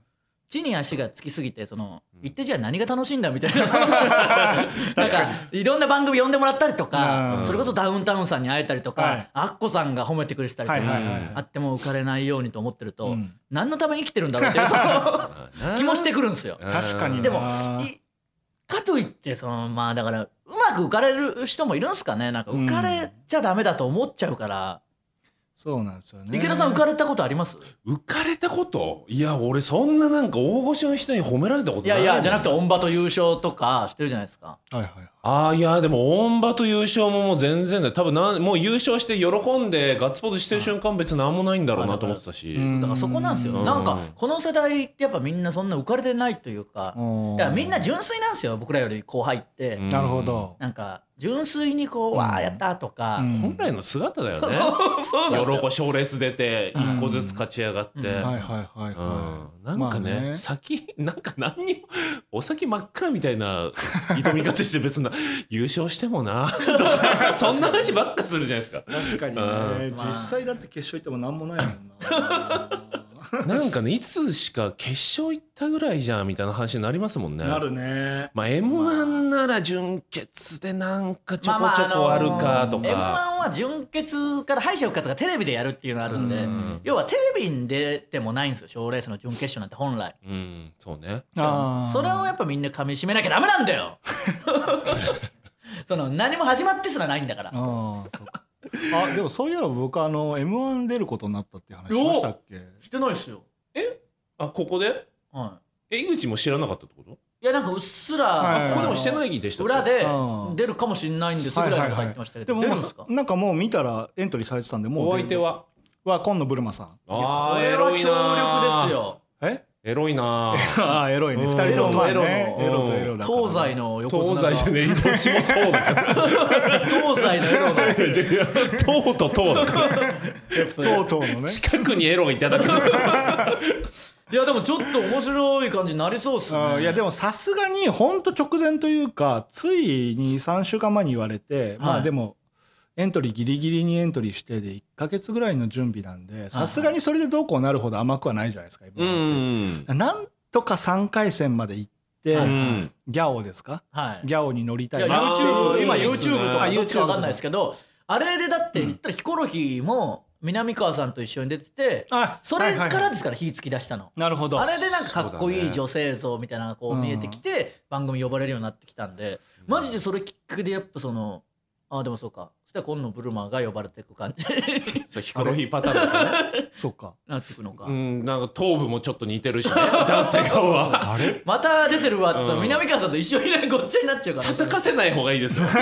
S3: 地に足がつきすぎてその行ってじゃあ何が楽しいんだみたい ななんかいろんな番組呼んでもらったりとかそれこそダウンタウンさんに会えたりとかアッコさんが褒めてくれてたりとかあっても浮かれないようにと思ってると何のために生きてるんだろうっていうそ の気もしてくるんですよ。
S4: 確かに
S3: でもいかといってそのまあだからうまく浮かれる人もいるんすかねなんか浮かれちゃダメだと思っちゃうから、
S4: そうなんですよね
S3: 池田さん浮かれたことあります
S1: 浮かれたこといや俺そんななんか大御所の人に褒められたこと
S3: い
S1: ない
S3: やいやじゃな
S1: く
S3: くてオンバと優勝とかしてるじゃないですか
S4: はいはい
S1: ああいやでもオンバと優勝ももう全然だよ多分なんもう優勝して喜んでガッツポーズしてる瞬間別に何もないんだろうなと思ってたし
S3: だからそこなんですよ
S1: うん
S3: なんかこの世代ってやっぱみんなそんな浮かれてないというかだからみんな純粋なんですよ僕らより後輩って、
S1: うん
S4: なるほど
S3: なんか純粋にこう「わあやった」とか、
S1: 本来の姿だよね
S3: そうなんですよ
S1: 喜賞レース出て一個ずつ勝ち上がって
S4: はいはいはいは
S1: うんなんかね,、
S4: まあね
S1: 先 なんか何にもお先真っ暗みたい な挑み方して別な優勝してもなとか そんな話ばっかするじゃないですか
S4: い確かにね
S3: まあ
S4: 実際だって決勝行っても何もないもんな
S1: なんかねいつしか決勝行ったぐらいじゃんみたいな話になりますもんね
S4: なるね
S1: まあ m 1なら準決でなんかちょこちょこあるかとか、
S3: m 1は準決から敗者復活がテレビでやるっていうのあるんで、要はテレビに出てもないんですよ賞レースの準決勝なんて本来
S1: うんそうね
S4: あ
S3: それをやっぱみんな噛み締めなきゃダメなんだよその何も始まってすらないんだから
S4: ああそうか あでもそういえば僕あの m 1出ることになったっていう話しましたっけ
S3: してないっすよ
S1: あここで
S3: は
S1: え井口も知らなかったってこと
S3: いいやなんかうっすら、
S4: はい
S1: ここでもして
S3: い
S1: ないでしたっけ
S3: 裏で
S4: うん
S3: 出るかもしれないんですぐらいのこと言ってましたけ
S4: で
S3: ど、
S4: も
S3: 出るんですか
S4: もうなんかもう見たらエントリーされてたんでもう
S1: お相手は
S4: は今野ブルマさん
S1: あー
S3: いやこれは強力ですよ
S4: え
S1: エロいなあ
S4: ああエロいね
S1: うん
S4: 二人ともまあね
S1: エ
S4: エ
S1: ロ
S4: ロ
S1: と
S4: と
S1: エ
S4: エ
S1: ロ
S4: ロだから
S3: 東西の横綱
S1: 東西じ
S3: が
S1: ゃ ねえどっちも東だから
S3: 東西の横綱
S1: 東と東だから
S4: とうとうのね
S1: 近くにエロがいただけ
S3: いやでもちょっと面白い感じになりそうっす
S4: う
S3: ね
S4: んいやでもさすがにほんと直前というかつい23週間前に言われて、まあでもエントリーギリギリにエントリーしてで1ヶ月ぐらいの準備なんでさすがにそれでどうこうなるほど甘くはないじゃないですか、
S1: うん
S4: なんとか3回戦まで行って、
S1: うん
S4: ギャオですか
S3: はい
S4: ギャオに乗りた
S3: い
S4: い
S3: や
S4: な
S3: YouTube 今
S1: いいですね
S3: YouTube と
S1: あ
S3: かどっちか分かんないですけどあれでだって言ったらヒコロヒーも南川さんと一緒に出てて
S4: あ
S3: それか
S4: はいはい
S3: らですから火つき出したの
S4: なるほど
S3: あれでなんかかっこいい女性像みたいなのがこう見えてきて番組呼ばれるようになってきたんでマジでそれきっかけでやっぱそのああでもそうかそしたら今野ブルマーが呼ばれていく 感じに
S1: そうヒコロヒーパターンだったね
S4: そっか
S3: なっていくのか
S1: うんなんか頭部もちょっと似てるしね 男性側はあれ
S3: また出てるわってその
S1: うん
S3: 南川さんと一緒にねごっちゃになっちゃうから
S1: 叩かせない方がいいですよ 頭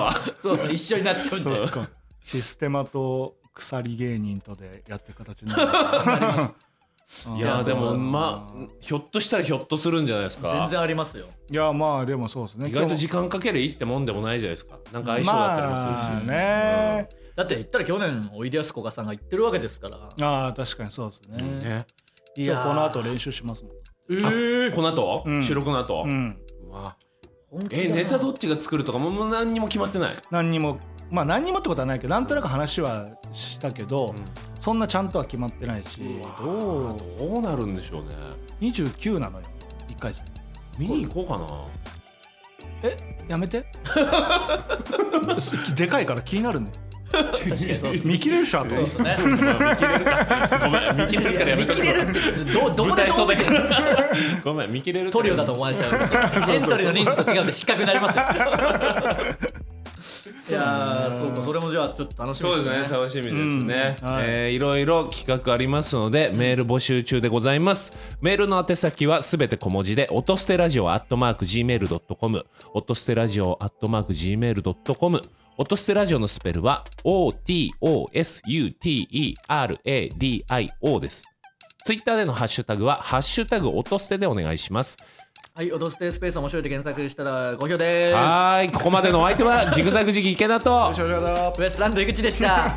S1: は
S3: そうそう一緒になっちゃうんで
S4: そっかシステマと鎖芸人とでやって形になるのかな
S1: いや
S4: あー
S1: でもまあひょっとしたらひょっとするんじゃないです
S3: 全
S1: か
S3: 然ありますよ
S4: いやまあでもそうですね
S1: 意外と時間かけりゃいいってもんでもないじゃないですかなんか相性だったりもするし
S4: まあね、
S3: だって言ったら去年おいでやすこがさんが言ってるわけですから
S4: ああ確かにそうですね、
S1: ね
S3: い
S4: 今日この後
S3: で
S4: 練習しますもん
S1: この後
S4: ん
S1: 収録の後
S4: うん
S1: うわ
S3: 本気だ
S1: え
S3: な
S1: ネタどっちが作るとかももう何にも決まってない
S4: 何にもまあ何にもってことはないけどなんとなく話はしたけど、そんなちゃんとは決まってないしどう
S1: どうなるんでしょうね
S4: 29なのよ1回戦
S1: 見に行こうかな
S4: えやめて でかいから気になるね見切れるっしょあと
S3: そうですね
S1: ごめん見切れるからやめ
S3: 見
S1: と
S3: 切
S1: く
S3: れるってどどこでどう見てる
S1: ごめん見切れる
S3: トリオだと思われちゃうんですよエントリーの人数と違うんで失格になりますよ いやーそうかそれもじゃあちょっと楽しみ
S1: そうですす
S3: でね
S1: ね楽しみですね、
S4: うんはい
S1: いえーいろいろ企画ありますのでメール募集中でございますメールの宛先はすべて小文字で音捨てラジオアットマーク Gmail.com 音捨てラジオアットマーク Gmail.com 音捨てラジオのスペルは OTOSUTERADIO ですツイッターでのハッシュタグは「ハッシュタグ音捨て」でお願いします
S3: はい「オドステスペース面白い」で検索したら好評です
S1: はーいここまでのお相手はジグザグジギ池田と
S3: ウエストランド井口でした